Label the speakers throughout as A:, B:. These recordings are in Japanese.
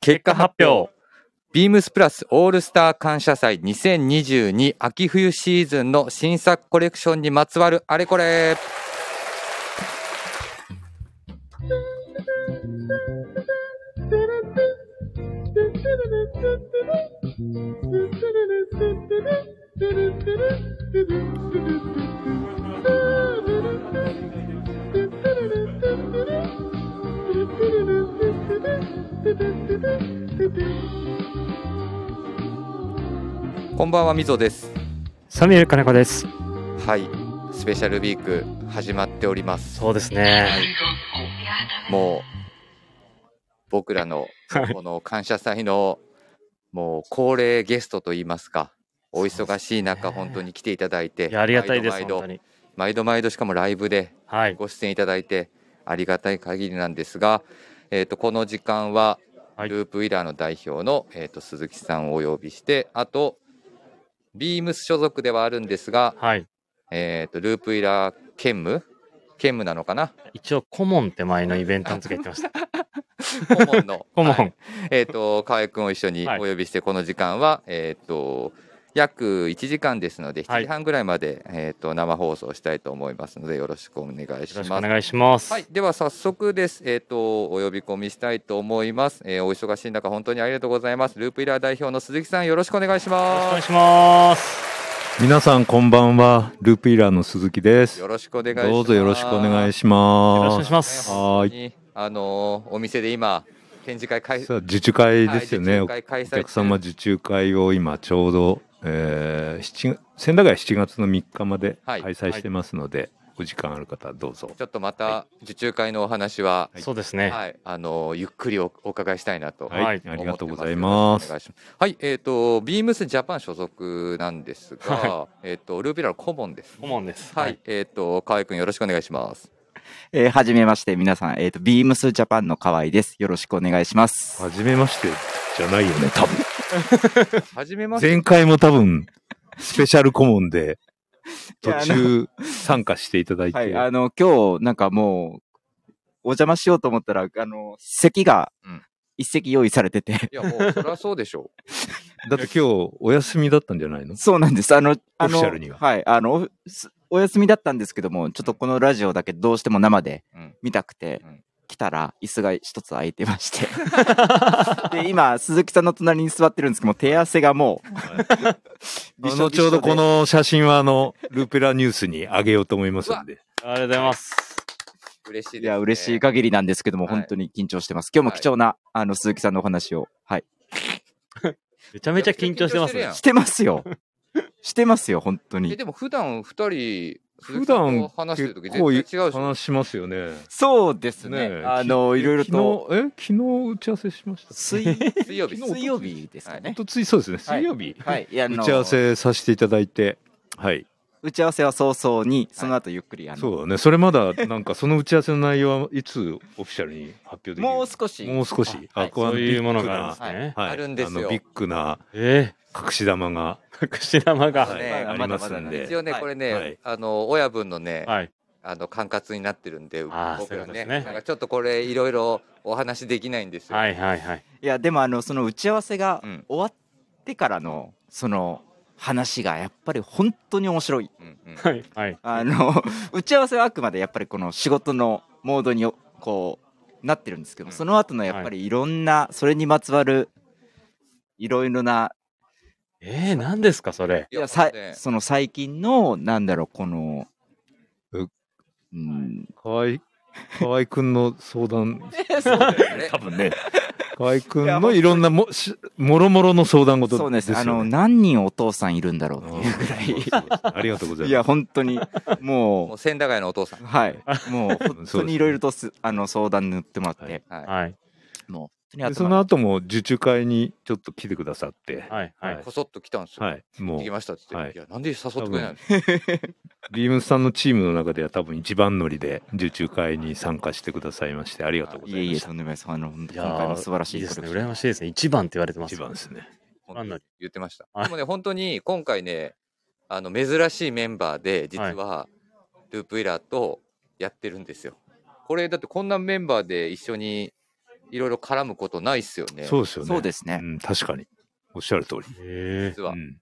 A: 結果発表。ビームスプラスオールスター感謝祭2022秋冬シーズンの新作コレクションにまつわるあれこれ。こんばんはみぞです。
B: サミュエル金子です。
A: はい、スペシャルウィーク始まっております。
B: そうですね。
A: もう僕らの
B: はい
A: この感謝祭のもう恒例ゲストといいますか。お忙しい中、
B: そうですね
A: 本当に来ていただいて
B: いやありがたいです、
A: 毎
B: 本
A: 度毎
B: 当
A: 度
B: に。
A: 毎度毎度しかもライブで
B: はい。
A: ご出演いただいてありがたい限りなんですが、えー、とこの時間は
B: はい
A: ループイラーの代表の、えー、と鈴木さんをお呼びしてあとビームス所属ではあるんですが、
B: はい。
A: えー、とループイラー兼務兼務なのかな
B: 一応、顧問って前のイベントの時言ってました。
A: 顧問の
B: 顧問。
A: はいえっ、と河合くんを一緒にお
B: はい
A: 呼びしてこの時間は、えっ、と約1時間ですので
B: は
A: 7
B: い
A: 時半ぐらいまで、えー、と生放送したいと思いますのでよろしくお願い
B: よ
A: し
B: ろ
A: ま
B: し
A: す
B: くお。願いします。
A: はい、では早速です。えっ、とお呼び込みしたいと思います、えーお忙しい中本当にありがとうございます。ループイラー代表の鈴木さんよろしくお願いし
B: よろしくお
A: ま。
B: 願いします。
C: 皆さんこんばんはループイラーの鈴木ですす
A: よろしくお願いします。
C: どうぞよろしくお願い
A: し
C: しま
B: よろしくお願い
C: す
B: します。
C: はーい
A: い。あのーお店で今展示会開
C: さあ受注会
A: はい
C: ですよね、
A: 受注会開催
C: お客様受注会を今ちょうど、えー、7千駄ヶ谷7月の3日まで
A: はい
C: 開催してますので、お時間ある方どうぞ
A: ちょっとまた受注会のお話は、
B: そうです
A: は
B: ね。
A: い、あのーゆっくりおお伺いしたいなと。
C: はい、
B: はい
C: ありがとうございま
A: 思
C: す
A: ってますよろしくお願いしますはい、えっ、とビームスジャパン所属なんですが、
B: は
A: えっ、とループイラーの顧問です。
B: 顧問です。
A: はい、。えっ、と河合くんよろしくお願いします。
D: えーはじめまして、皆さん、えっ、と、ビームスジャパンの河合です。よろしくお願いします。
C: はじめましてじゃないよね多分
A: はじめまして。
C: 前回も多分スペシャル顧問で途
D: いやあ
C: 中参加していただいて、
D: はい、あの、今日、なんかもう、お邪魔しようと思ったら、あの、席が
A: うん、
D: 一席用意されてて、
A: いや、もう、そりゃそうでしょ
C: だって今日お休みだったんじゃないの
D: そうなんです。あの、あ
C: オフ
D: の、
C: ィシャルには
D: はい、あの、オフすお休みだったんですけども、ちょっとこのラジオだけどうしても生で
A: うん
D: 見たくて、
A: うん
D: 来たら椅子が一つ空いて まして。で、今、鈴木さんの隣に座ってるんですけども、手汗がもう、び
C: あ
D: しょ
C: の
D: び
C: ち
D: しょ
C: ょ
D: で
C: うどこ、の写真はあのルーペラニュースに上げようと思いますんで
B: ありがとうございます。
A: う。 嬉しいです、
D: い
A: ね。
D: や、嬉しい限りなんですけども、
A: はい
D: 本当に緊張してます。今日も貴重な、あの、鈴木さんのお話を、はい。
B: めちゃめちゃ緊張してますね。
D: してますよ。 してますよ、本当
A: え、
D: に。
A: でも、普段二人、
C: 普
A: 普
C: 段
A: 話してる
C: 結
A: 時
C: 構
A: 絶対違うでしょ。
C: 話しますよね
D: そうですね。
C: ねえ
D: あの、いろいろと、
C: 昨日え昨日打ち合わせしました
D: 水、
A: 水曜日。
C: 昨日
D: 水曜日ですか
C: ほん
D: ね。
C: とついそうですね
D: はい
C: 水曜日、
D: はい。いや、あの
C: 打ち合わせさせていただいてはい
D: 打ち合わせは早々に、その後ゆっくり、あの、
C: そうだねそれまだなんかその打ち合わせの内容はいつオフィシャルに発表できる
D: もう少し。
C: もう少し
D: あはい
C: は
B: そういうものがあるんですね。
C: はい、
A: あるんですよ
C: あのビッグな
B: え
C: 隠し玉が
B: え隠し玉が。
A: は
B: はいい。
A: ね
C: ありますんで
A: 一応ね、
D: はい
A: これね、
C: はい
A: あの、親分のね、あの、管轄になってるんで、
B: あー
A: 僕ら
B: そう
A: ね。
B: いうことですね
A: なんか、ちょっとこれ、いろいろお話できないんですよ。
B: はいはいはい。
D: いや、でも、あの、その打ち合わせが
A: うん
D: 終わってからの、その、話がやっぱり本当に面白い。
A: うんうん
B: はいはい。
D: あの、 打ち合わせはあくまでやっぱりこの仕事のモードによこうなってるんですけど、
A: うん
D: その後のやっぱりいろんな、それにまつわるいろいろな、
B: ええ、何ですか、それ。
A: い
D: いや
A: や、
D: さ
A: ね
D: その最近の、なんだろう、この、
C: う
D: うん、
C: 河合河合くんの相談
A: ね
C: 多分ね河合くんのいろんなもしもろもろの相談事
D: そうで
C: です
D: す
C: よね
D: あの何人お父さんいるんだろうっていうぐ
C: そうそ
D: ら
C: うそうありがとうございま
D: い
C: す。
D: いや本当に
A: も
D: も
A: う、千駄ヶ谷のお父さん。
D: うはいもう本当にいろいろとすあの相談に乗ってもらって、
C: はい
A: はい。
B: はい。
D: も当に頭
C: でその後も受注会にちょっと来てくださって、
B: はい、はい。
A: こそっと来たんですよ。
C: はい、も
A: 行
C: う
A: きましたって言って、
C: はい
A: い、や、なんで誘ってくれないの
C: ビームスさんのチームの中では多分一番乗りで受注会に参加してくださいましてありがとうござ
D: いえ
C: い
D: い
C: ま
D: え、
C: した。
D: とんでもないです。あの、本当
B: い
D: に
B: や
D: 今回も素晴らしい
B: いですね。
D: コレクション
B: 羨ましいですね。一番って言われてます。
C: 一番ですね。
B: あんなに
A: 言ってました。
B: はい
A: でもね、本当に今回ね、あの珍しいメンバーで、実はループイラーとやってるんですよ。これ、だってこんなメンバーで一緒にいろいろ絡むことないっすよね。
C: そうですよね。
D: そうですね。
C: うん、確かに。おっしゃる通り。
B: へえ。
A: 実
C: う
A: は、
C: ん、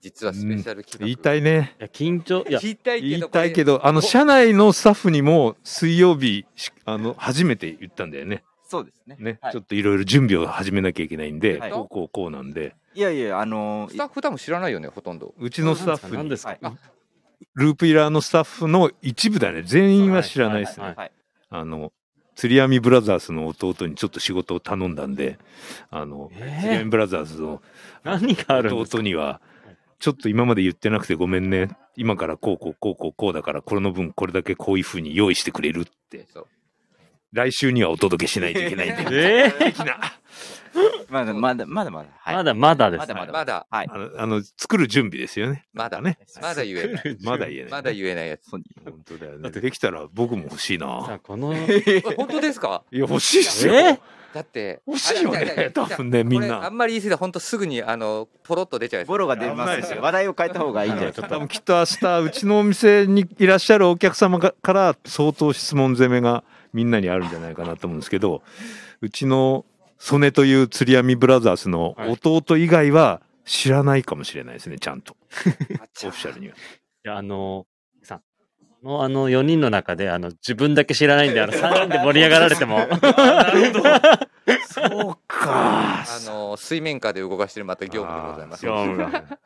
A: 実はスペシャル企画。
C: 言いたいね。
B: いや、緊張、いや、
A: 言いたいけど、
C: 言いたいけ
A: ど。
C: ど、あの、社内のスタッフにも水曜日し、あの、初めて言ったんだよね。
D: そうですね。
C: ね。
D: はい
C: ちょっといろいろ準備を始めなきゃいけないんで、
D: はい
C: こうこうこうなんで、
D: いやいや、あの
A: ス、タッフ多分知らないよね、ほとんど。
C: うちのスタッフ
B: なん
C: に、
B: ですか
D: はい
B: なんですか
C: ループイラーのスタッフの一部だね。全員は知らないですね。
B: はい
D: はい。
C: あの、釣り網ブラザーズの弟にちょっと仕事を頼んだんで、あの、
B: えー
C: 釣り網ブラザーズの
B: 何があるんですか
C: 弟には、ちょっと今まで言ってなくてごめんね。今からこうこうこうこうこうだから、これの分これだけこういうふうに用意してくれるって。
A: そう
C: 来週にはお届けしないといけない んで。
B: ええ。
C: 的な
D: まだまだまだまだ。はい
B: まだまだです。
D: まだま
A: まだ、
D: はい。
C: あの、あの作る準備ですよね。
A: まだ、
C: ね
A: まだ言えない。
C: まだ言え ない。
A: まだ言えないやつ。
D: そう
C: 本当だよ
B: だ
C: ね。
B: って
C: できたら僕も欲しい
B: さあ
C: な。
B: こ の、
A: おい本当ですか
C: いや、欲しいっすよ。
B: え
A: だって。
C: 欲しいよ
A: あやや
C: ね
A: や。
C: 多分ね、みん
A: これあ。
C: なん
A: まり言い過ぎたら、本当すぐに、あの、ポロッと出ちゃうやつ。
D: ボロが出ま
C: 危ない
D: す
C: ですよ
D: 話題を変えた方がいいんじゃないです
C: 多
D: か。
C: 分きっと明日、うちのお店にいらっしゃるお客様がから相当質問攻めがみんなにあるんじゃないかなと思うんですけど、うちの曽根という釣り網ブラザーズの弟以外は知らないかもしれないですね、ちゃんと。
A: あ
C: オフィシャルには。
B: いやあの、さん。のあの4人の中であの自分だけ知らないんであの3人で盛り上がられて も
C: そうか。
A: あの水面下で動かしてるまた業務でございます。
B: あー
A: は
B: 業務
C: が。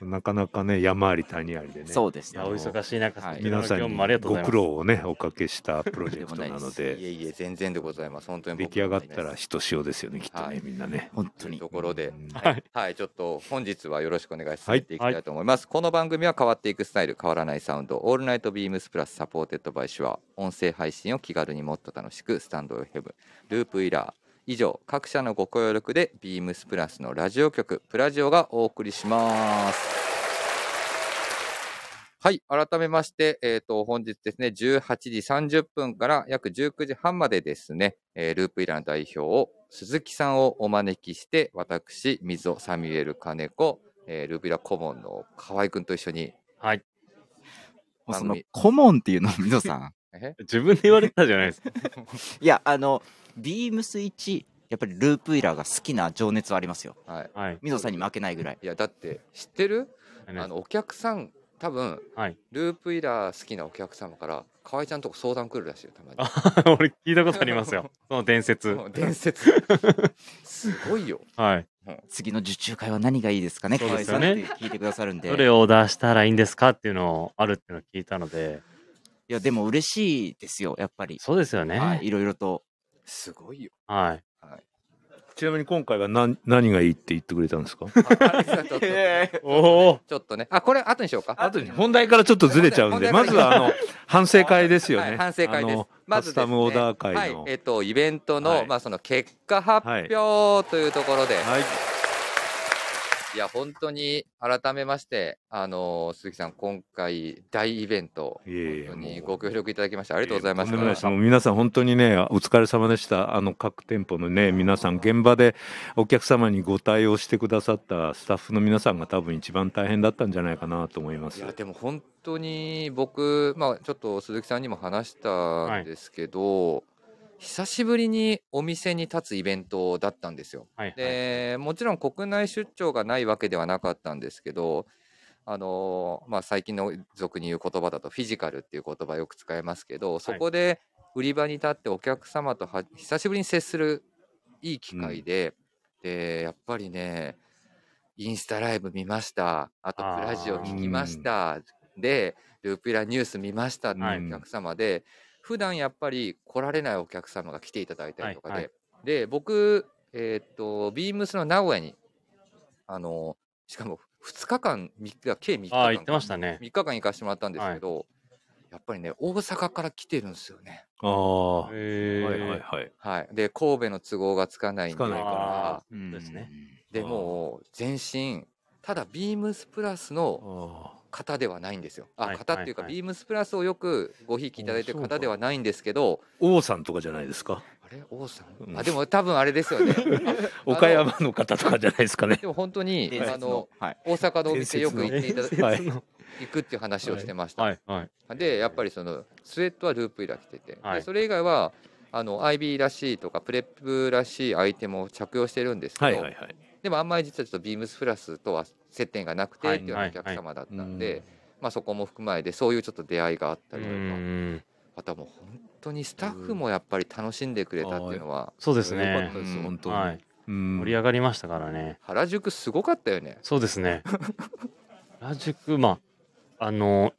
C: なかなかね、山あり谷ありでね。
D: そうです
B: い
D: ね
B: や。お忙しい中、
D: はい
C: 皆さん
B: 今日
C: に
B: もありがとうござ
C: ご
B: います。
C: 苦労をね、おかけしたプロジェクトなの
A: い、いえ
C: で、
A: いえ全然でございます。本当に
C: 出
A: 僕
C: 来上がったら
A: と
C: ひとしおですよね、きっと
A: は
C: ね
A: い、
C: みんなね。
D: 本当
A: いう
D: に。
A: ところで、
C: うん
B: はい、
A: はい、ちょっと本日はよろしくお願いさせていきたいと思います。この番組は変わっていくスタイル、変わらないサウンド、オールナイトビームスプラスサポーテッドバイシュア、音声配信を気軽にもっと楽しく、スタンドウェブ、ループイラー、以上、各社のご協力で、ビームスプラスのラジオ局、プラジオがお送りします。はい、改めまして、えっ、と、本日ですね、18時30分から約19時半までですね、えーループイラーの代表を、鈴木さんをお招きして、私、水尾サミュエル金子、えーループイラー顧問の河合くんと一緒に、
B: はい。
D: もうそ
A: 番
D: の
A: 組、
D: 顧問っていうの、水野さん。
A: え
B: 自分で言われてたじゃないですか。
D: いや、あの、ビームス1、やっぱりループイラーが好きな情熱はありますよ。
A: はい。
B: はい。
D: 水野さんに負けないぐらい。
A: いや、だって、知ってるあの、お客さん、多分、
B: はい
A: ループイラー好きなお客様から、河合ちゃんとこ相談来るらしいよ、たまに。
B: 俺聞いたことあります よ。その伝説。
A: もう伝 説すごいよ
B: はい。
D: 次の受注会は何がいいですかね、
B: そう
D: 河
B: で
D: 合
B: す
D: さ
B: よ
D: んっ
B: ね
D: て聞いてくださるんで。
B: どれをオーダーしたらいいんですかっていうのをあるっていうのを聞いたので、
D: いや、でも嬉しいですよ、やっぱり。
B: そうですよね。
D: は、
B: はいい。
D: いろいろと。
A: すご いよ
C: ちなみに今回は何何がいいって言ってくれたんで すか
A: あちょっと
B: おお。
A: ちょっとねあこれ後にしようか
C: 後に本題からちょっとずれちゃうんで、まずはあ の、反省会ですよ
A: はい
C: ね。
A: 反省会で
C: あ
A: す
C: の
A: ま
C: カ
A: ず
C: ス
A: ですね
C: タムオーダー
A: は
C: 会
A: い
C: の。
A: えっとイベントの、
C: はい
A: まあその結果発表というところで、い、
C: はい。
A: や本当に改めましてあのー鈴木さん今回大イベント
C: いえいえ
A: 本当に
C: もう
A: ご協力いただきましてありがとうございま
C: とんでもないで
A: し
C: す
A: た
C: もう皆さん本当にね、お疲れ様でした。あの、各店舗のね、皆さん、現場でお客様にご対応してくださったスタッフの皆さんが多分一番大変だったんじゃないかなと思いま
A: い
C: す。
A: やでも本当に僕、まあ、ちょっと鈴木さんにも話したんですけど、久しぶりにお店に立つイベントだったんですよ。
B: はい。はい
A: でもちろん国内出張がないわけではなかったんですけど、あのまあ、最近の俗に言う言葉だとフィジカルっていう言葉よく使いますけどそこで売り場に立ってお客様とは久しぶりに接するいい機会で、でやっぱりねインスタライブ見ましたあと
B: あー
A: プラジオ聞きましたでルーピラニュース見ましたって
B: はい
A: いうお客様で、普段やっぱり来られないお客様が来ていただいたりとかで、
B: はいは
A: で僕えーっとビームスの名古屋にあのしかも2日間3日計3日間
B: ああ、言ってましたね。
A: 3日間行かせてもらったんですけど、やっぱりね、大阪から来てるんですよね。
C: ああ、は
B: へ
C: い
B: ー
C: はいはい。
A: はい。で、神戸の都合がつかないんで、
C: つかないから
B: あー
D: うん
B: そうですね。
A: でもう全身、ただビームスプラスの
C: あ
A: 型ではないんですよ。
B: は
A: あ、
B: い
A: 型っていうか、
B: はいはい
A: ビームスプラスをよくごひいきいただいてる
C: あそうか
A: 方ではないんですけど、
C: ー王さんとかじゃないですか。
A: あれ王さ
C: うん
A: ん。あ、でも多分あれですよね。の
C: 岡山の方とかじゃないですかね。
A: でも本当に、
D: 伝
A: あ
D: 説
A: の
D: の、、はい。
A: 大阪のお店よく行っていただ
C: 伝説の はい
B: の
A: 行くっていう話をしてました。
B: はいはい。
A: で、やっぱりその、スウェットはループイラ着てて、
B: はい
A: でそれ以外は、あの、IB らしいとか、プレップらしいアイテムを着用してるんですけど、
C: はいはいはい。
A: でもあんまり実はちょっとビームスプラスとは接点がなくて
B: は
A: っ
B: い
A: ていうようなお客様だったんで、まあ、そこも含まれてそういうちょっと出会いがあった
B: う
A: りとか、
B: ん。
A: あとはもう本当にスタッフもやっぱり楽しんでくれたっていうのは、
B: そうです
C: よかっ
B: ね
C: た。です、
A: うん
C: 本当に。
B: はい。
C: うん
B: 盛り上がりましたからね。
A: 原宿すごかったよね。
B: そうです ね。原宿、まあ、あの、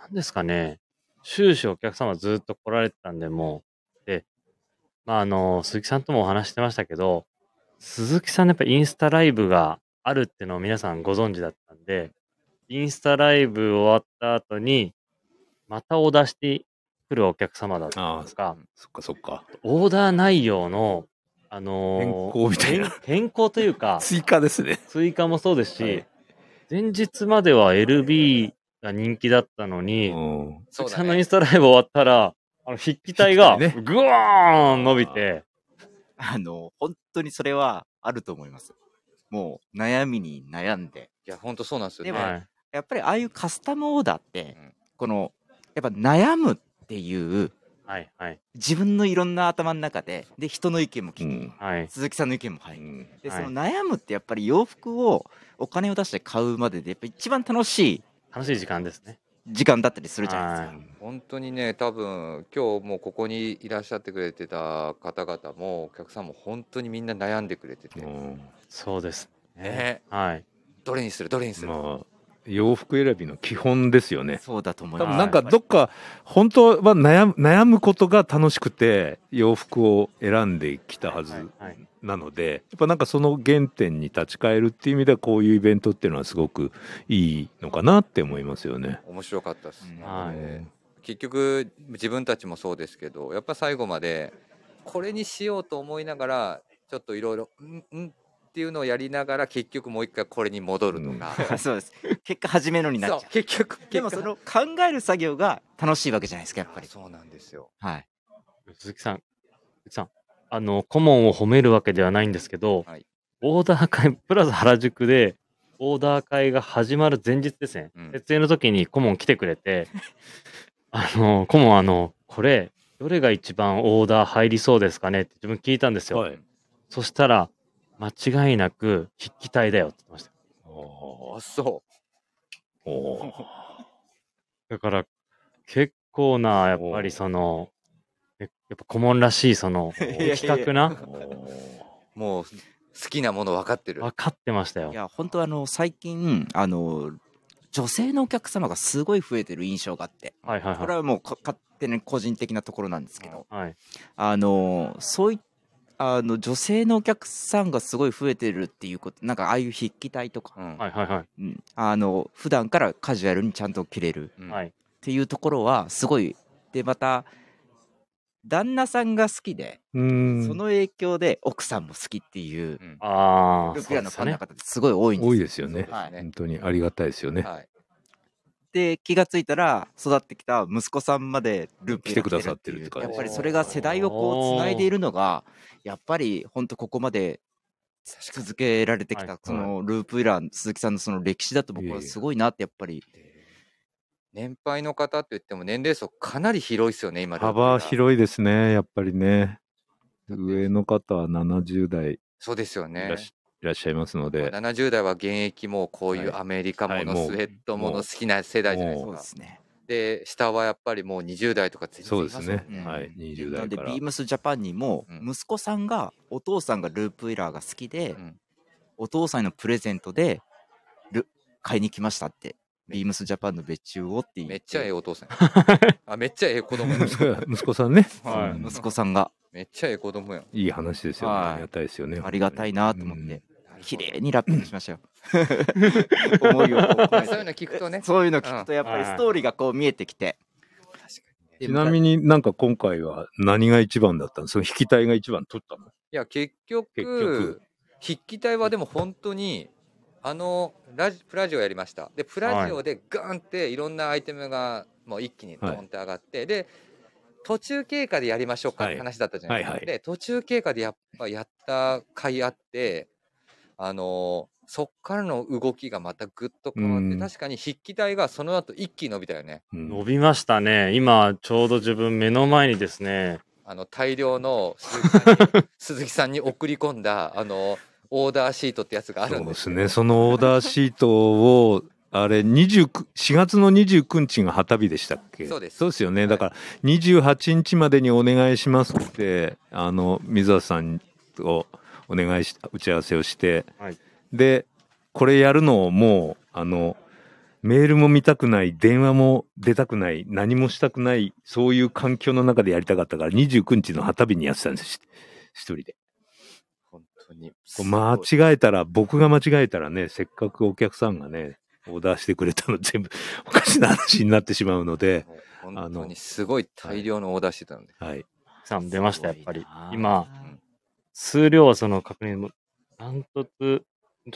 B: なんですかね。終始お客様ずっと来られてたんで、もう。で、まあ、あの、鈴木さんともお話してましたけど、鈴木さんのやっぱインスタライブがあるっていうのを皆さんご存知だったんで、インスタライブ終わった後に、またオーダーしてくるお客様だったりとか、
C: そっかそっか。
B: オーダー内容の、あのー
C: 変更みたいな
B: 変変更という か、
C: 追加ですね。
B: 追加もそうですし、
C: はい
B: 前日までは LB が人気だったのに、
C: うん
B: 鈴
A: そう
B: 木
A: だ
B: さんのイン
A: ね
B: スタライブ終わったら、あの筆記体が
C: 筆記
B: ぐわーん伸びて、
D: あの、本当にそれはあると思います。もう、悩みに悩んで。
A: いや本当そうなんですよ
D: で
A: ね。
D: も
B: はい、
D: やっぱりああいうカスタムオーダーって
A: うん、
D: この、やっぱ悩むっていう、
B: はい、はい、
D: 自分のいろんな頭の中で、で、人の意見も聞
C: うん。
D: く。
B: はい。
D: 鈴木さんの意見も入
C: う
D: る。
C: ん
D: で、
B: はい
D: その悩むってやっぱり洋服をお金を出して買うまでで、やっぱ一番楽しい
B: 楽しい時間ですね。
D: 時間だったりするじゃないです
B: は
D: か。
A: 本当にね多分今日もうここにいらっしゃってくれてた方々もお客さんも本当にみんな悩んでくれてて、
C: うん
B: そうですね。
A: ね、
B: はい。
A: どれにするどれにする、
C: まあ、洋服選びの基本ですよね。
D: そうだと思い
C: 多
D: ます。
C: 分なんかどっか本当は悩む悩むことが楽しくて洋服を選んできたはず
B: はいはい
C: なのでやっぱなんかその原点に立ち返るっていう意味ではこういうイベントっていうのはすごくいいのかなって思いますよね。
A: 面白かったです、
D: うん
A: なので
C: はい
A: 結局自分たちもそうですけどやっぱ最後までこれにしようと思いながらちょっといろいろ「んん」っていうのをやりながら結局もう一回これに戻ると か、
D: そうです。結果始めのにな
A: そ
D: っ
A: う
D: ちゃう。
A: 結局
D: でも
A: 結
D: そ
A: 果
D: の考える作業が楽しいわけじゃないですか、やっぱり。
A: そうなんですよ
D: はい。
B: 鈴木さん、鈴木さん、あの、顧問を褒めるわけではないんですけど、
A: はい
B: オーダー会、 プラザ原宿で、オーダー会が始まる前日ですね。
A: うん
B: 設営の時に顧問来てくれて、 あの、顧問、あの、これ、どれが一番オーダー入りそうですかねって自分聞いたんですよ。
C: はい、
B: そしたら、間違いなく筆記体だよって言ってました。
C: あー
A: あそ
C: おー
B: だから、結構な、やっぱりその、ねやっぱ顧問らしい、その、
D: いや
B: 的確な、
A: うもう好きなもの分かってる
B: 分かってましたよ
D: い。や、本当あの、最近、あの、女性のお客様がすごい増えてる印象があって、
B: はいはい
D: これ
B: は
D: はもうか勝手に個人的なところなんですけど、
B: い。はい。
D: あの、そういあの、女性のお客さんがすごい増えてるっていうこと、なんかああいう筆記体とか、
A: うん
B: はいはいはい。
D: うんあの、普段からカジュアルにちゃんと着れる。
A: うん
B: はい。
D: っていうところはすごいでまた旦那さんが好きで、
C: うん
D: その影響で奥さんも好きっていう
A: うん
B: ああ、
D: 僕
B: そう
D: ら
B: で
D: の
B: す
D: ファ
B: よね。
D: ンの方ってすごい多いんです
C: 多いですよね。
D: はい
A: ね
C: 本当にありがたいですよね。
A: はい
D: で気がついたら育ってきた息子さんまでループ
C: 来てくださってるって感じ
D: やっぱりそれが世代をこうつないでいるのがやっぱり本当ここまで続けられてき
B: はい
D: たそのループイラン鈴木さんのその歴史だと僕
C: いえ
D: はい
C: え
D: すごいなってやっぱり
A: 年配の方って言っても年齢層かなり広いですよね今
C: 幅
A: い
C: 広いですね、やっぱりね。上の方は70代
A: そうですよ
C: い
A: ね
C: らっし,、いらっしゃいますので、
A: 70代は現役もうこういう
C: はい
A: アメリカも
C: はい
A: の、
C: もう
A: スウェットも
C: も
A: の
C: う
A: 好きな世代じゃないで
D: そう
A: す
D: で
A: か。
D: すね
A: で下はやっぱりもう20代とか全然
C: そ
A: いうま
C: ですす
A: もん
C: ね、
D: うん
C: はい、20
D: な
C: 代
D: んで
C: から
D: ビー。ムスジャパンにも
A: うん
D: 息子さんがお父さんがループイラーが好きで、
A: うん
D: お父さんへのプレゼントでル買いに来ましたってビームスジャパンの別注をって言
A: めっちゃええ
D: え
A: お父 さんや。あめっちゃええ子供や。
C: 息子さんね、
B: はい
C: うん
D: 息子さんが
A: めっちゃええ子供や。
C: いい話ですよね、
D: は
C: あ
D: い
C: りがたいですよね。
D: ありがたいなと思って綺麗にラッピングしましたよ思いを
A: ま
D: 込
A: あそういう
D: めて
A: の聞くとね。
D: そういうの聞くとやっぱりストーリーがこう見えてきて
A: で
C: ちなみになんか今回は何が一番だったんですか引き体が一番取ったの
A: いや結局
C: 結局
A: 筆記体はでも本当にあのラジプラジオやりましたでプラジオでガンっていろんなアイテムがもう一気にドンって上がって、で途中経過でやりましょうかっ
C: はい
A: て話だったじゃないですか、
C: はいはい
A: で途中経過でやっぱやった回あってあのーそっからの動きがまたぐっと変わっ
C: う
A: て
C: ん
A: 確かに筆記体がその後一気に伸びたよね
C: うん
B: 伸びましたね。今、ちょうど自分目の前にですね、
A: あの大量 の鈴木さんに鈴木さんに送り込んだあのオーダーシートってやつがある
C: そ
A: ん
C: う
A: で
C: ですすね。そのオーダーシートを、あれ、29 4月の29日が旗日でしたっけ
A: そうです
C: よね。
A: はい
C: だから、28日までにお願いしますって、あの、水田さんとお願いし、打ち合わせをして、
B: はい
C: で、これやるのをもう、あの、メールも見たくない、電話も出たくない、何もしたくない、そういう環境の中でやりたかったから、29日の旗日にやってたんですし一人で。
A: 本当に
C: こう間違えたら、僕が間違えたらね、せっかくお客さんがね、オーダーしてくれたの全部 おかしな話になってしまうので、
A: もう本当にすごい大量のオーダーしてたので、
C: はい。
B: さん出ました、やっぱり
D: すごいな。あ
B: 今、
A: うん
B: 数量はその確認も、ダントツ、ち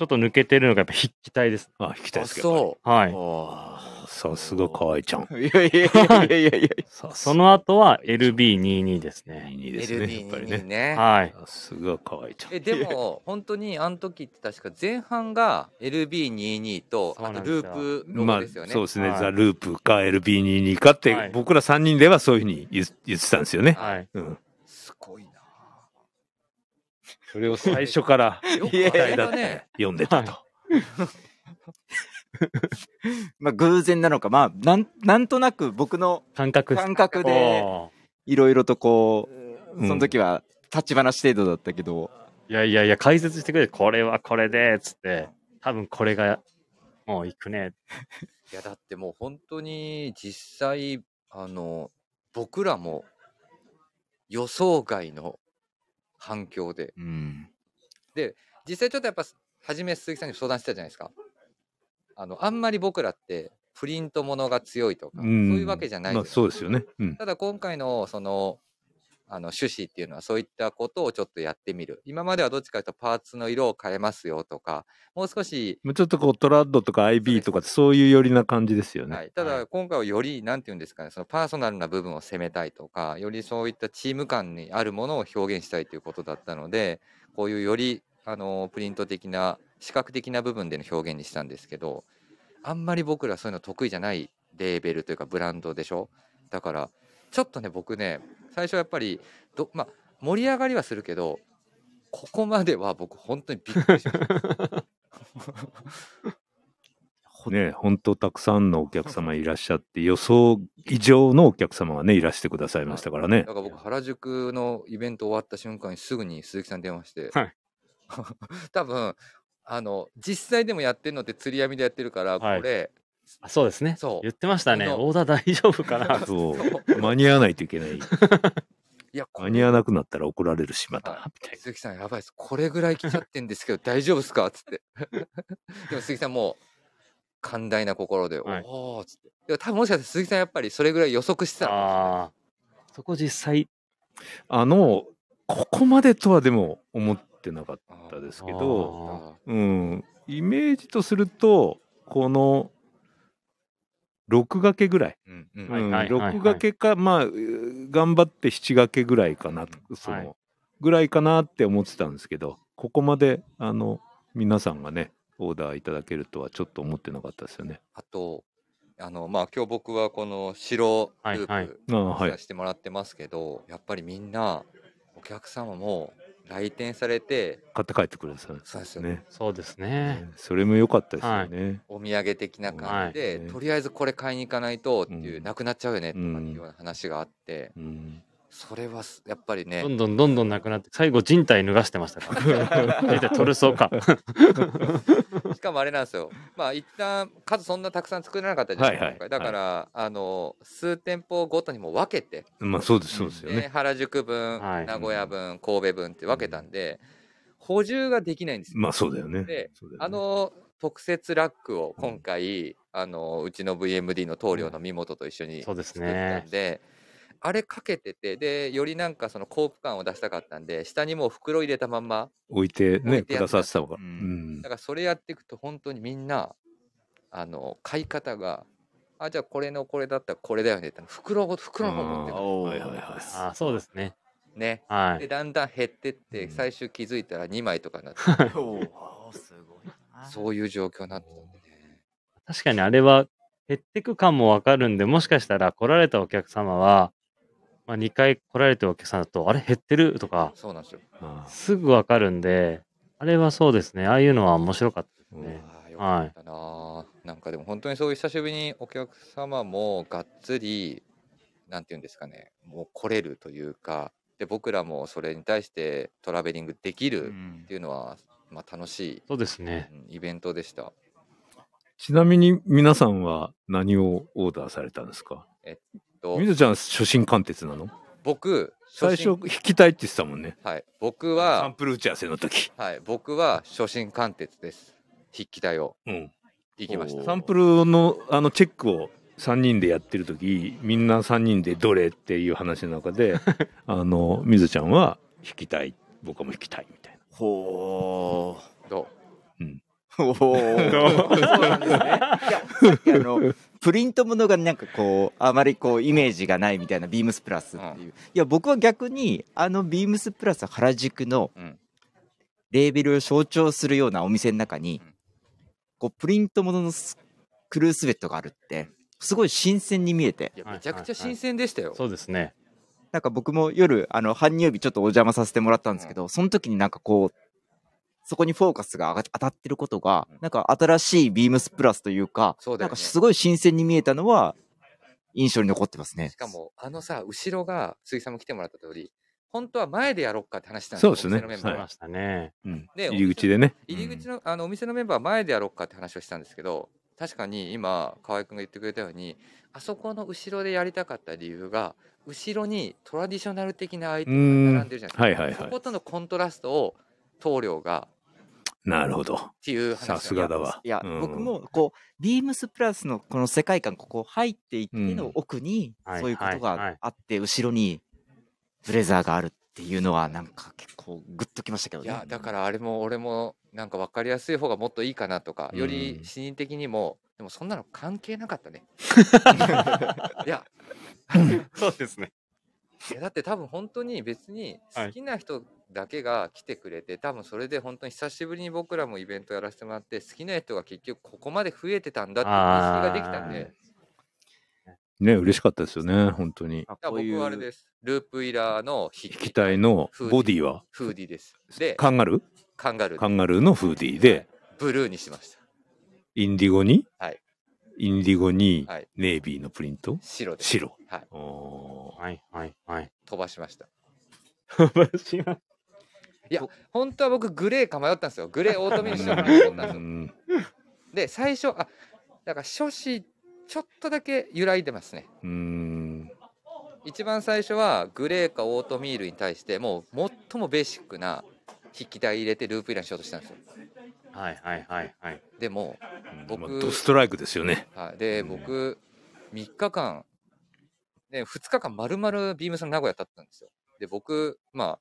B: ょっと抜けてるのがやっぱ筆記体です。
C: あ、引きたい
A: あ
C: ですけど。
A: そ
B: はい。
D: お
C: さすが河合ちゃん。
D: ーいやいやいやいやいやいや。
C: さす
B: そ
C: が
B: の後は LB22 ですね。
C: いいうですね、やっぱり
A: LB22
C: ね。
A: ね
B: はい。
C: さすが河合ちゃん。
A: えでも本当にあの時って確か前半が LB22 と
B: そう
A: あ
B: な
A: と
B: んですよ
A: ループロ
C: ま
A: ゴ
C: あ、
A: ですよね、
C: そうですね、
B: はい
C: ザ・ループか LB22 かって、
B: はい
C: 僕ら3人ではそういうふうに言言ってたんですよね。
B: はい。
C: うん。
A: すごいな
C: それを最初から
A: よく
D: いや
A: あ
D: いや
A: れ
C: だ
A: だ
C: っ
A: ね
C: て読んでたと。
D: まあ偶然なのか、まあなん、なんとなく僕の
B: 感覚
D: 感覚で、
B: おー
D: いろいろとこう、
C: うん
D: その時は立ち話程度だったけど、
B: いやいやいや、解説してくれて、これはこれで、つって、多分これが、もういくね。
A: いやだってもう本当に実際あの僕らも予想外の反響で
D: うん。
A: 実際ちょっとやっぱ初め鈴木さんにも相談してたじゃないですかあのあんまり僕らってプリントものが強いとかそう
C: うん
A: いうわけじゃない
C: まあ、
A: です
C: そうですよね。うん。
A: ただ今回のそのあの趣旨っていうのはそういったことをちょっとやってみる今まではどっちかというとパーツの色を変えますよとかもう少し、
C: まあちょっとこう、トラッドとか IB とか、そういうよりな感じですよね。
A: はい、ただ今回はよりなんて言うんですかねそのパーソナルな部分を攻めたいとかよりそういったチーム感にあるものを表現したいということだったのでこういうよりあのプリント的な視覚的な部分での表現にしたんですけどあんまり僕らそういうの得意じゃないレーベルというかブランドでしょだからちょっとね僕ね最初やっぱりど、まあ、盛り上がりはするけどここまでは僕本当にびっくりしました
C: ね、本当たくさんのお客様いらっしゃって、予想以上のお客様がね、いらしてくださいましたからね。
A: だ。から僕原宿のイベント終わった瞬間にすぐに鈴木さんに電話して、
B: はい
A: 多分あの実際でもやってるのって釣り網でやってるからこ
B: はい
A: れ、
B: あそうですね。
A: そう
B: 言ってましたね。
A: あの
B: オーダー大丈夫かな
C: そ。
A: そう
C: 間に合わないといけない。
A: いやこ
C: 間に合わなくなったら怒られるし、また。
A: はい
C: みたい
A: 鈴木さんやばいですこれぐらい来ちゃってんですけど大丈夫ですかっつって でも鈴木さんもう寛大な心で、
B: はい
A: おおっつってでも多分もしかしたら鈴木さんやっぱりそれぐらい予測してたのかもしれない
B: あーそこ実際、
C: な。あの、ここまでとはでも思ってなかっ
A: あー
C: たです
B: あ
C: けど、
B: ー
C: うん。イメージとすると、この、6掛けぐらい。
A: うんうん
B: はい
C: うん
B: はい
C: 6掛けか、まあ、うー頑張って7掛けぐらいかなと、その、
B: はい
C: ぐらいかなって思ってたんですけど、ここまで、あの、皆さんがね、オーダーいただけるとはちょっと思ってなかったですよね。
A: あとあのまあ今日僕はこの白ループ、
B: はいはい
C: ああはい
A: さ。せてもらってますけど、やっぱりみんなお客様も来店されて
C: 買って帰ってくれたんで
A: そうです
C: す
A: よ
C: ね。
B: そうですね。
C: うんそれも良かったですよね。
A: お土産的な感じで、
C: はい
A: とりあえずこれ買いに行かないとっていう、
C: うん
A: なくなっちゃうよねとかっていうような話があって、
C: うん。
A: それはすやっぱりね
B: どんどんどんどんなくなって、最後人体脱がしてま したから。大体トルソーか。
A: しかもあれなんですよまあ一旦数そんなたくさん作れなかったじゃないですか、
C: はいはい
A: 今回だから、あの数店舗ごとにも分けて、
C: まあ、そうです、そうですよ
A: ね
C: ね。
A: 原宿分、
B: はい
A: 名古屋分神戸分って分けたんで、補充ができないんですよ
C: まあ、そうだよね。
A: で
C: そうだよね
A: あ、の特設ラックを今回、あのうちの VMD の棟梁の身元と一緒に
B: そ
A: 作
B: うです
A: った
B: ね
A: ん。で、あれかけてて、で、よりなんかそのコープ感を出したかったんで、下にもう袋入れたまんま、
C: 置いて
A: 置
C: ね、
A: いて
C: く
A: や
C: だ
A: った
C: さってた方が。う
D: うん
C: ん
A: だ。からそれやっていくと本当にみんな、あの、買い方が、あ、じゃあこれのこれだったらこれだよねって、袋ごと、袋の方持ってくる
D: おー
C: はいはいはい
B: ああ、そうですね。
A: ね。
B: は
A: で、
B: い。
A: だんだん減ってっ
C: う
A: て、
C: ん
A: 最終気づいたら2枚とかに なって、
D: おーすごいな。
A: そういう状況になってたんでね。
B: 確かにあれは減ってく感もわかるんで、もしかしたら来られたお客様は、まあ、2回来られたお客様だと、あれ減ってるとか、
A: そうなんですよ。
C: ああ
B: すぐわかるんで、あれはそうですね。ああいうのは面白かったですね。
A: ああよかったなあ、なんかでも本当にそういう久しぶりにお客様もがっつりなんていうんですかねもう来れるというかで僕らもそれに対してトラベリングでき
D: う
A: る
D: ん
A: っていうのは、まあ、楽しい、
B: そうですね。
A: うんイベントでした
C: ちなみに皆さんは何をオーダーされたんですか
A: と
C: みずちゃん初心貫徹なの
A: 僕
C: 最初
A: 心
C: 弾きたいって言ってたもんね。
A: はい僕
C: サン
A: は、
C: プル打ち合わせの時。
A: はい、僕は初心貫徹です筆記体を
C: うん。
A: 行きました
C: サンプルのあのチェックを3人でやってる時みんな3人でどれっていう話の 中であのみずちゃんは弾きたい僕も弾きたいみたい
D: ほー。
A: ど
D: おー そうなんですね。いや、さっきあの、プリントものがなんかこう、あまりこう、イメージがないみたいな、ビームスプラスっていう。
A: うん
D: いや、僕は逆に、あのビームスプラス原宿の
A: うん
D: レーベルを象徴するようなお店の中に
A: うん、
D: こう、プリントもののスクルースウェットがあるって、すごい新鮮に見えて
A: う、いや
B: はい
A: めちゃくちゃ
B: はいはい
A: 新鮮でしたよ、
B: そうですね。
D: なんか僕も夜、あの、搬入日ちょっとお邪魔させてもらったんですけど、その時になんかこう、そこにフォーカスが当た当たってることが
A: うん、
D: なんか新しいビームスプラスというか、
A: そうだ
D: な
A: よね
D: んかすごい新鮮に見えたのは、印象に残ってますね。
A: しかも、あのさ、後ろが、鈴木さんも来てもらった通り、本当は前でやろっかって話したん
C: そうですね
A: お店のメン
B: し
A: バー
B: て
A: は
B: ましたね。
C: な、うん
A: で
C: 入り口でね
A: 入り口の、あの、お店のメンバーは前でやろっかって話をしたんですけど、確かに今、河合くんが言ってくれたように、あそこの後ろでやりたかった理由が、後ろにトラディショナル的なアイテムが並んでるじゃないですか。
C: はいはい
A: そ
C: はい
A: ことのコントラストを、棟梁が、
C: なるほど
A: っていう話なん
C: さ
A: です
C: がだわ
D: いや、
C: うん
D: 僕も、こう、ビームスプラスのこの世界観、ここ入っていっての奥に、
B: うん
D: そういうこ
B: は
D: と
B: いはいは
D: が
B: い
D: あって、後ろにブレザーがあるっていうのは、なんか結構グッときましたけど
A: い
D: ね。
A: やだからあれも俺もなんか分かりやすい方がもっといいかなとかより
C: うん
A: 視認的にもでもそんなの関係なかった ね。いや
B: そうですね。
A: いやだって多分本当に別に
B: はい
A: 好きな人だけが来てくれて、多分それで本当に久しぶりに僕らもイベントやらせてもらって好きな人が結局ここまで増えてたんだっていう認識ができたんで
C: ね嬉しかったですよね本当に
D: あ、
A: だから僕はあれですループイラーの 筆
C: 弾き
A: 記
C: 体のボディは
A: フーディーですで
C: カンガルー
A: カンガルー
C: カ
A: で
C: ンガルーのフーディーで
A: ブルーにしました
C: インディゴに、
A: はい
C: インディゴに
A: はい
C: ネイビーのプリント
A: 白で
C: 白
A: はい、
C: おー
B: はいはいはい。
A: 飛ばしました
B: 私はい
A: や本当は僕グレーか迷ったんですよグレーオートミールしようかな と思ったんです
C: う
A: よ
C: ん
A: で最初あだから初子ちょっとだけ揺らいでますね
C: うん
A: 一番最初はグレーかオートミールに対してもう最もベーシックな筆記体入れてループイランしようとしたんですよ
B: はいはいはい。
A: でも僕
C: まあドストライクですよね
A: はいで僕3日間で2日間丸々ビームさん名古屋立ったんですよで僕まあ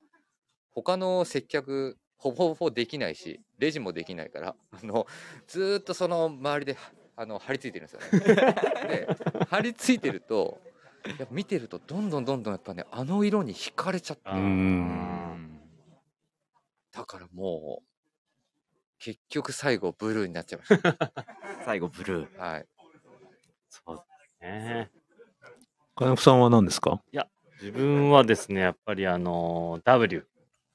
A: 他の接客ほぼほぼできないしレジもできないから あのずーっとその周りであの張り付いてるんですよ、ね、で張り付いてるとやっぱ見てるとどんどんどんどんやっぱねあの色に惹かれちゃって
B: あー
C: うん
A: だからもう、結局最後ブルーになっちゃいまし
D: 最後、ブルー。
A: た。はい。
B: そうですね。
C: 金子さんは何ですか
B: 自分はですね、やっぱりあのー W、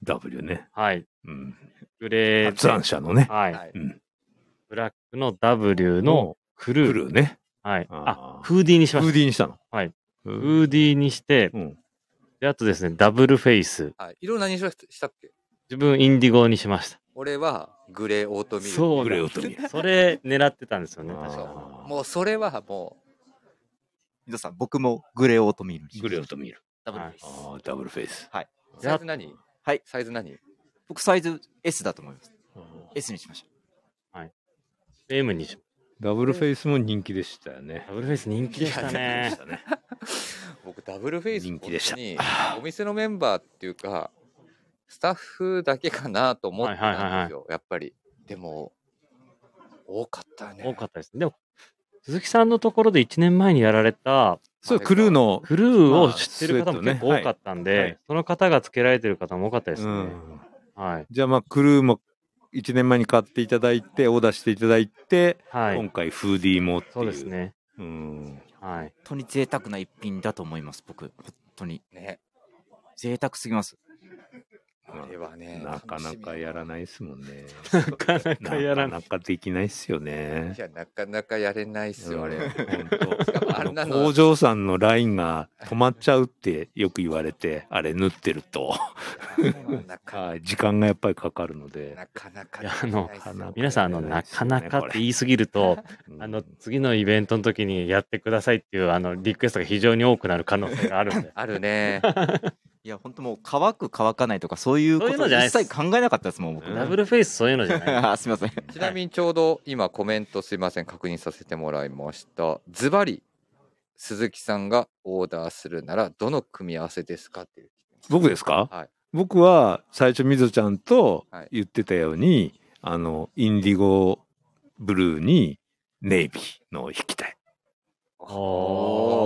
C: W ね、
B: はい、
C: うん、
B: グレ
C: 発
B: ー
C: 案者のね
B: で、はい、
A: はい
C: うん、
B: ブラックの W のクルー、
C: クルーね
B: はい、
C: あ
B: あ
C: ー、
B: フーディーにし
C: フ
B: ま
C: ー
B: し
C: ディーにしたの
B: はいた。
C: フ
B: フーディーにして、
C: うん
B: で、あとですね、ダブルフェイス、
A: はい、色何にしたっけ
B: 自分インディゴにしました。
A: 俺はグレーオートミール。
B: そう
C: グレーオートミー
B: それ狙ってたんですよね、
C: あー
B: 確か。
A: そうもうそれはも
D: 皆さん、僕もグレーオートミールにしま
C: グ
D: した
C: レーと見る
D: ダブル
B: はい
D: です
C: あーダブルフェイス
A: う、サイズ何
D: はい
A: サイズ何
D: 僕、サイズ S だと思います。S にしまし
B: M にしまし
C: ダブルフェイスも人気でしたよね
B: た。ダブルフェイス人気でしたね。
A: 僕ダブルフェイス
C: 人気でした
A: 本当にお店のメンバーっていうかスタッフだけかなと思ってたんですよ、
B: はいはい
A: やっぱりでも多かったね
B: 多かったですね。でも、鈴木さんのところで1年前にやられた、
C: そう、クルーの、
B: クルーを知ってる方も結構
C: まあ
B: 多かったんで、
C: スウェットねはいはい
B: その方がつけられてる方も多かったです
C: う
B: ね。
C: ん、
B: はい。
C: じゃあまあクルーも1年前に買っていただいてオーダーしていただいて、
B: はい。
C: 今回フーディーもっていう
B: そうですね。
C: うん
B: はい。
D: 当に贅沢な一品だと思います僕本当に
A: ね
D: 贅沢すぎます
A: あれはね
C: なかなかやらないですもんね
B: なかな
C: な
B: かや
C: か
B: な。
C: らないかできないっすよ
A: 楽
C: ね
A: しみいやなかなかやれないっすよ、あれ
C: うん
A: かもあ
C: ほ
A: ん
C: ん
A: な
C: と
A: の
C: 工場さんのラインが止まっちゃうってよく言われてあれ縫ってると
A: な か
C: はい時間がやっぱりかかるので、
A: なかなか
B: いや
A: できないっす
C: あの
A: よ。
B: 皆さん、あの、
C: やらな
B: な
C: いですよ
B: か
C: ね
B: なかって言いすぎると、あの、次のイベントの時にやってくださいっていう、あの、リクエストが非常に多くなる可能性があるんで
A: あるね
D: いや本当もう乾く乾かないとかそういうこ
B: そういうの
D: と
B: じゃない
D: 一
B: です
D: 切考えなかったですもん僕、
B: ダブルフェイスそういうのじゃ ない。
D: あすみません
A: ちなみにちょうど今コメントすいません確認させてもらいましたズバリ鈴木さんがオーダーするならどの組み合わせですかっていう
C: 僕ですか、
A: はい
C: 僕は最初みぞちゃんと
A: はい
C: 言ってたように、あのインディゴブルーにネイビーの引き体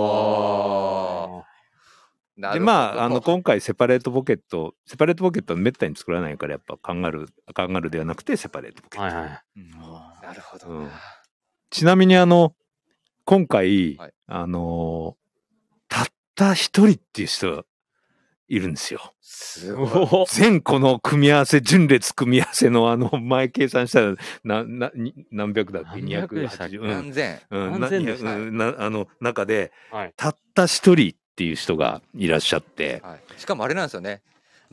A: お
B: ー。
A: な
C: で
A: るほど
C: まああの今回セパレートポケットセパレートポケットはめったに作らないからやっぱカンガルーカンガルーではなくてセパレートポケット、
B: はいはい。
A: なるほど
C: うん
A: な
C: ちなみにあの今回、
A: はい
C: あのたった一人っていう人いるんですよ
A: すごい
B: おー
C: 全個の組み合わせ、順列組み合わせのあの、 前計算したら、な、な、に何百だっけ
B: 何百でしたっけ
C: ?280。うん
A: 何千
C: うん。
B: 何千でした
C: うんなあの、中で、
B: はい。
C: たった一人っていう人がいらっしゃって、
A: はいしかもあれなんですよね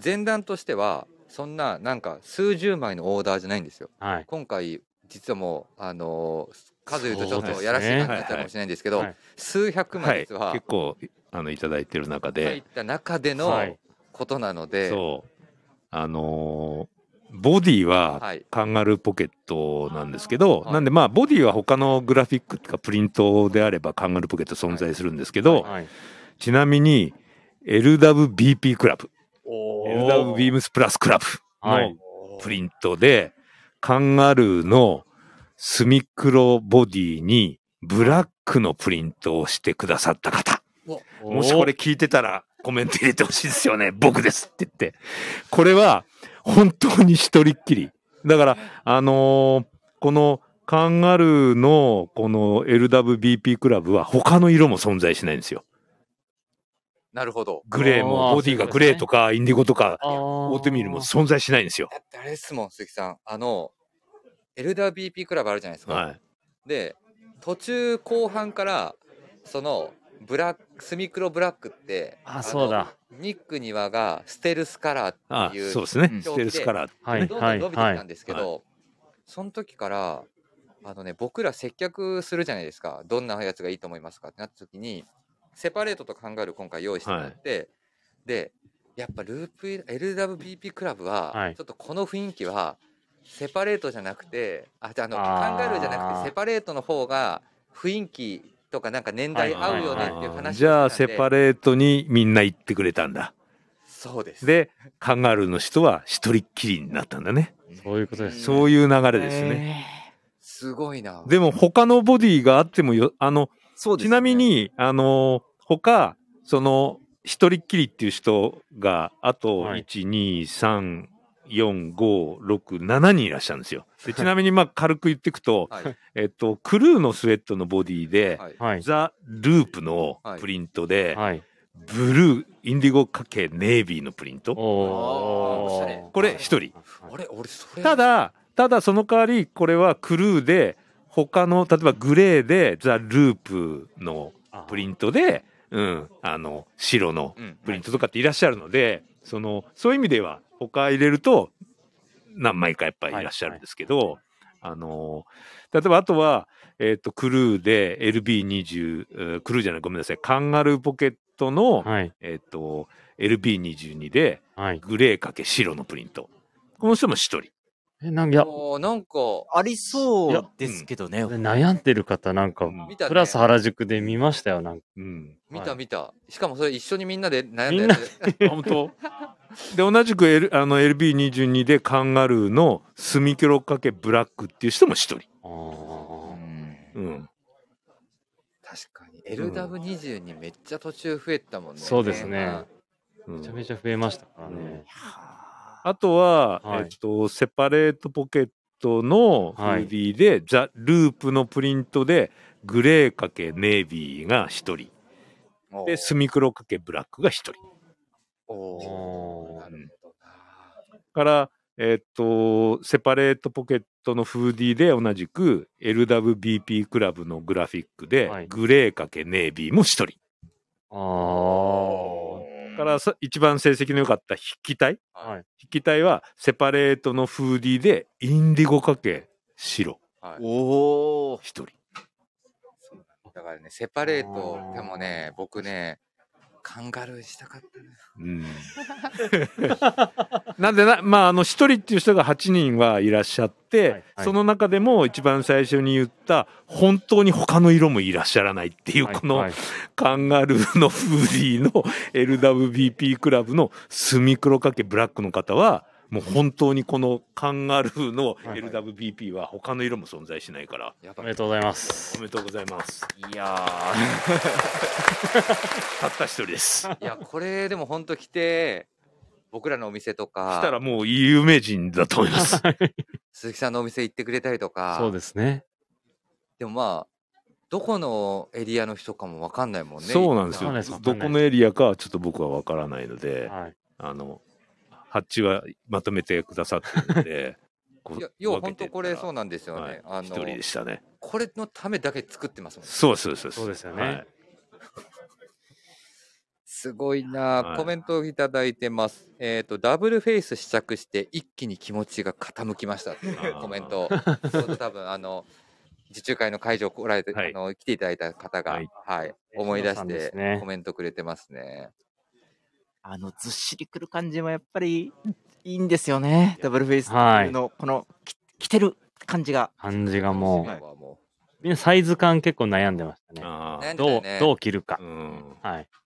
A: 前段としてはそんななんか数十枚のオーダーじゃないんですよ
B: はい。
A: 今回実はもうあのー数言うとちょっ
B: そうです
A: と
B: ね
A: やらしい感じになっちゃうかもしれないんですけど、
B: はいはい
A: 数百
C: は
A: 枚
C: い。
A: 実は
C: 結構、あの、いただいてる中
A: 入っ
C: で、
A: た中での
B: はい。
A: ことなので、
C: そう。あのーボディは、
A: はい、
C: カンガルーポケットなんですけど、
A: はい
C: なんでまあ、ボディは他のグラフィックとかプリントであればカンガルーポケット存在するんですけど、
B: はい。
C: ちなみに、LWBP クラブ、
B: お
C: LW ビームスプラスクラブ
B: はい
C: のプリントで、カンガルーのスミクロボディにブラックのプリントをしてくださった方。もしこれ、聞いてたらコメント入れてほしいで すよね。僕ですって言って。これは本当に一人っきり。だから、あのーこのカンガルーのこの LWBP クラブは他の色も存在しないんですよ。
A: なるほど。
C: グレー
B: あ
C: も、
B: ー
C: ボディがグレーとか、インディゴとか、
B: オ
C: オートミールも存在しないんですよ。
A: だってあれですもん、鈴木さん。あの、エルダー BP クラブあるじゃないですか。
C: はい。
A: で、途中後半から、その、ブラック、スミクロブラックって、
B: あ、そうだ。
A: の。ニック・ニワがステルスカラー
C: あ
A: っていう、
C: そうですね
D: うん。
C: ステルスカラー。
B: は
A: ど
B: い、
A: んどん
B: はい、
A: 伸びてきた
B: は
A: んですけど、その時から、あのね、僕ら接客するじゃないですか。どんなやつがいいと思いますかってなった時に、セパレートとカンガルー今回用意してもらって、で、やっぱループ、LWBP クラブ
B: は
A: は、
B: い
A: ちょっとこの雰囲気は、セパレートじゃなくて、あ、じゃああの、
B: あー
A: カンガルーじゃなくて、セパレートの方が、雰囲気とかなんか年代合うよねっていう話をしてたんで、
C: じゃあ、セパレートにみんな行ってくれたんだ。
A: そうです。
C: で、カンガルーの人は一人っきりになったんだね。
B: い。そういうことです。
C: そういう流れですね。
A: すごいな。
C: でも、他のボディがあってもよ、あの、
D: そうです、
C: ちなみに、あの、他、その、一人っきりっていう人が、あと、
B: はい
C: 1、2、3、4、5、6、7人いらっしゃるんですよ。でちなみに、まあ、軽く言っていくと、
A: はい。
C: えっと、クルーのスウェットのボディで、
A: はい。
B: はい、
C: ザ・ループのプリントで、
B: はい。
C: ブルー、インディゴかけネイビーのプリント。
A: おしゃれ
B: おー。
C: これ一人。
A: あれ俺、それ。
C: た、だ、ただその代わり、これはクルーで、他の、例えばグレーで、ザ・ループのプリ
B: ン
C: ントで、うん、あの、白の
A: うん。
C: プリントとかっていらっしゃるので、その、そういう意味では、他入れると、何枚かやっぱりいらっしゃるんですけど、あの、例えばあとは、えっ、と、クルーで LB20、えークルーじゃない、ごめんなさい、カンガルーポケットの、
B: はい、
C: えっ、と、LB22 で、
B: はい。
C: グレーかけ白のプリント。この人も一人。
B: え、なんかいや、
A: おーなんか、
D: ありそ
B: いや
D: うですけどね。
B: 悩んでる方なんか、
C: ん
A: 見たね
B: プラス原宿で見ましたよ、なんか。
C: うん。
A: 見
B: は
A: た
B: い
A: 見た。しかもそれ一緒にみんなで悩
B: みん
A: ん
B: な
A: だ
B: で
A: やつ。
C: 本当で同じく、L、あの LB22 でカンガルーのスミキョロかけブラックっていう人も一人、
B: あー
D: うん
C: うん、
A: 確かに。LW20 にめっちゃ途中増えたもんね。
B: そうですね。
C: う
B: めちゃ
C: ん、
B: めちゃ増えましたからね。
C: あとは、
B: はい
C: えっとセパレートポケットのフーディーで、ザ・ループのプリントでグレーかけネイビーが一人
A: 前。
C: でスミクロかけブラックが一人
A: おお
B: おー
A: ー。なるほどな。
C: から、えっとセパレートポケットのフーディーで同じく LWBP クラブのグラフィックで、
B: はい
C: グレーかけネイビーも一人
B: ああ。
C: からさ一番成績の良かった筆記体
B: はい。
C: 筆記体はセパレートのフーディーでインディゴかけ白
A: はい
D: おお。
C: 一人
A: だからね、セパレート、でもね、僕ね、カンガルーしたかったな。
C: うん、 なんでなまああの1人っていう人が8人はいらっしゃって、
B: はいはい
C: その中でも一番最初に言った本当に他の色もいらっしゃらないっていう、
B: はい
C: この、
B: はい
C: カンガルーのフーディーの LWBP クラブのスミクロかけブラックの方はもう本当にこのカンガルーの
B: はいはい
C: LWBP は他の色も存在しないから
A: やっ
B: お
A: ぱ
B: めでとうございます
C: お。めでとうございます
D: いやー。
C: たった一人です
A: いや、これでも本当来て、僕らのお店とか、
C: したらもう有名人だと思います
A: 鈴木さんのお店行ってくれたりとか、
B: そうですね。
A: でもまあ、どこのエリアの人かもわかんないもんね。
C: そうなんです
B: そうなんです
C: よ
B: わか
C: ど
B: んない
C: このエリアかはちょっと僕は分からないので
B: はい。
C: あのハッチはまとめてくださってる のでこう
A: いや、要は
C: 分
A: 本
C: けて
A: 当これそう
C: っ
A: なんです
C: た
A: よ
C: ら
A: ね。
C: は
A: あ
C: い一人
A: の
C: でしたね
A: これのためだけ作ってますもん。
C: そうですそうです
B: そうですよね
C: はい
A: すごいなあ、
C: はい
A: コメントをいただいてます。えっ、と、ダブルフェイス試着して、一気に気持ちが傾きましたっていう
C: あー
A: コメントを、ちょうど多分、あの、受注会の会場来られて、
C: はい
A: あの来ていただいた方が、
C: は
A: はいい、思い出
B: 篠田さ
A: し
B: んです
A: て
B: ね
A: コメントくれてますね。
D: あのずっしりくる感じもやっぱりいいんですよね。ダブルフェイス
B: はい
D: のこのき着てる感 じが。
B: 感じがも
A: 今
B: う、
A: 日はも
B: みんなサイズ感結構悩んでましたね。
C: あ
A: 悩んで
B: どう、
A: ね
B: どう切るか
C: ーう。ん
B: はい。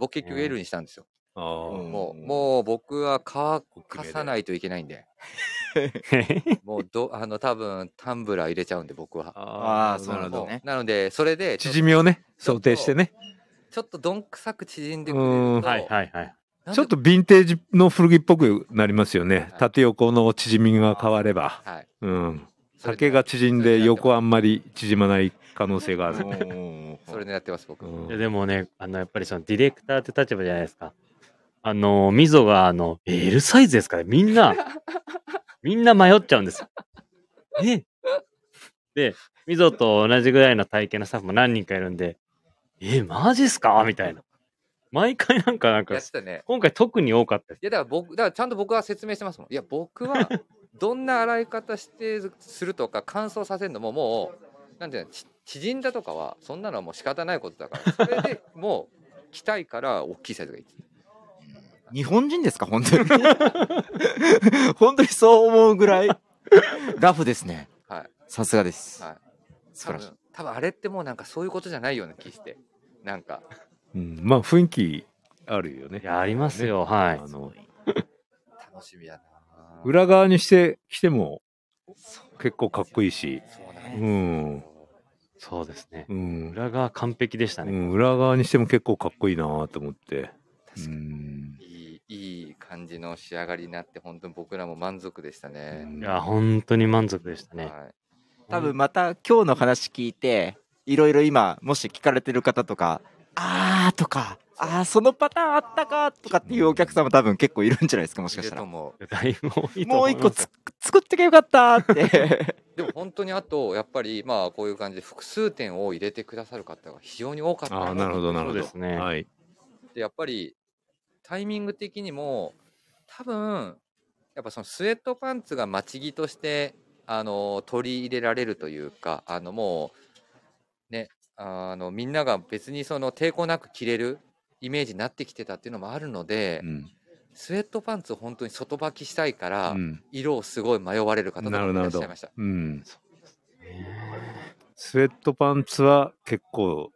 A: 僕結局 L にしたんですよ。
C: あー
D: うん
A: もう、もう僕は乾かさないといけないんで、もうど、あの、多分タンブラー入れちゃうんで、僕は。
C: あ
D: あーそうなんだ
A: もう
D: ね
A: なので、それでちょ、
C: 縮みをね
A: ちょっ
C: 想
A: と
C: 定してね
A: ちょっとどんくさく縮んでく
C: う
A: れ
C: ん
A: ると、
B: はいはいはい。
A: なんで
C: ちょっとヴィンテージの古着っぽくなりますよね
A: はい
C: 縦横の縮みが変われば
A: はい。
C: うん
A: それで
C: 竹が縮んで横あんまり縮まない可能性がある
A: それでやってます、僕。
C: うん
B: いやでもね、あの、やっぱりそのディレクターって立場じゃないですか。あの、みぞが、あの、え L サイズですから、みんな、みんな迷っちゃうんですよ。ねで、みぞと同じぐらいの体型のスタッフも何人かいるんで、え、マジっすかみたいな。毎回なんか、なん
A: や
B: か
A: っ、てたね。
B: 今回特に多かったです。
A: いやだから僕、だからちゃんと僕は説明してますもん。いや、僕はどんな洗い方してするとか乾燥させるのももう、なんていうの、ち縮んだとかは、そんなのはもう仕方ないことだから、それでもう着たいから大きいサイズがいいです。
D: 日本人ですか本当に。 本当にそう思うぐらいラフですね。
A: はい。
D: さすがです。
A: はい
D: 素
A: 多
D: 晴らしい
A: 分。多分あれってもうなんかそういうことじゃないような気して。なんか、
C: うんまあ雰囲気あるよね
B: いや、ありますよ、は
C: あ
B: い。
C: の
A: 楽しみやな。
C: 裏側にしてきても結構かっこいいし
A: そう
C: う
A: なんですよ
C: ん
B: そうですね。
C: うん
B: 裏側完璧でした
C: う
B: ね。
C: ん裏側にしても結構かっこいいなと思って
A: 確か
C: う
A: に
C: ん
A: いい、いい感じの仕上がりになって、本当に僕らも満足でしたね。
B: いや、本当に満足でしたね。
A: はい。
D: 多分また今日の話聞いていろいろ今もし聞かれてる方とか「あー」とか「あーそのパターンあったか」とかっていうお客様多分結構いるんじゃないですかもしかし
A: い
D: たら
A: ると思う
B: だいぶ多いと
D: も
B: 思
D: う
B: い
D: 一
B: ま
D: 個
B: す
D: つ作ってけよかったーって
A: でも本当にあとやっぱりまあこういう感じで複数点を入れてくださる方が非常に多かった
C: ああなるほどなるほど
B: そうですね
C: はい
A: でやっぱりタイミング的にも多分やっぱそのスウェットパンツが待ち着としてあの取り入れられるというかあのもうねあのみんなが別にその抵抗なく着れるイメージになってきてたっていうのもあるので、
C: うん
A: スウェットパンツを本当に外履きしたいから、
C: うん
A: 色をすごい迷われる方と
C: な
A: か
C: るほ
A: もい
C: ど
A: ら
C: な
A: っ
C: る
A: し
C: ほ
A: ゃ
C: ど
A: いました。
C: うんスウェットパンツは結構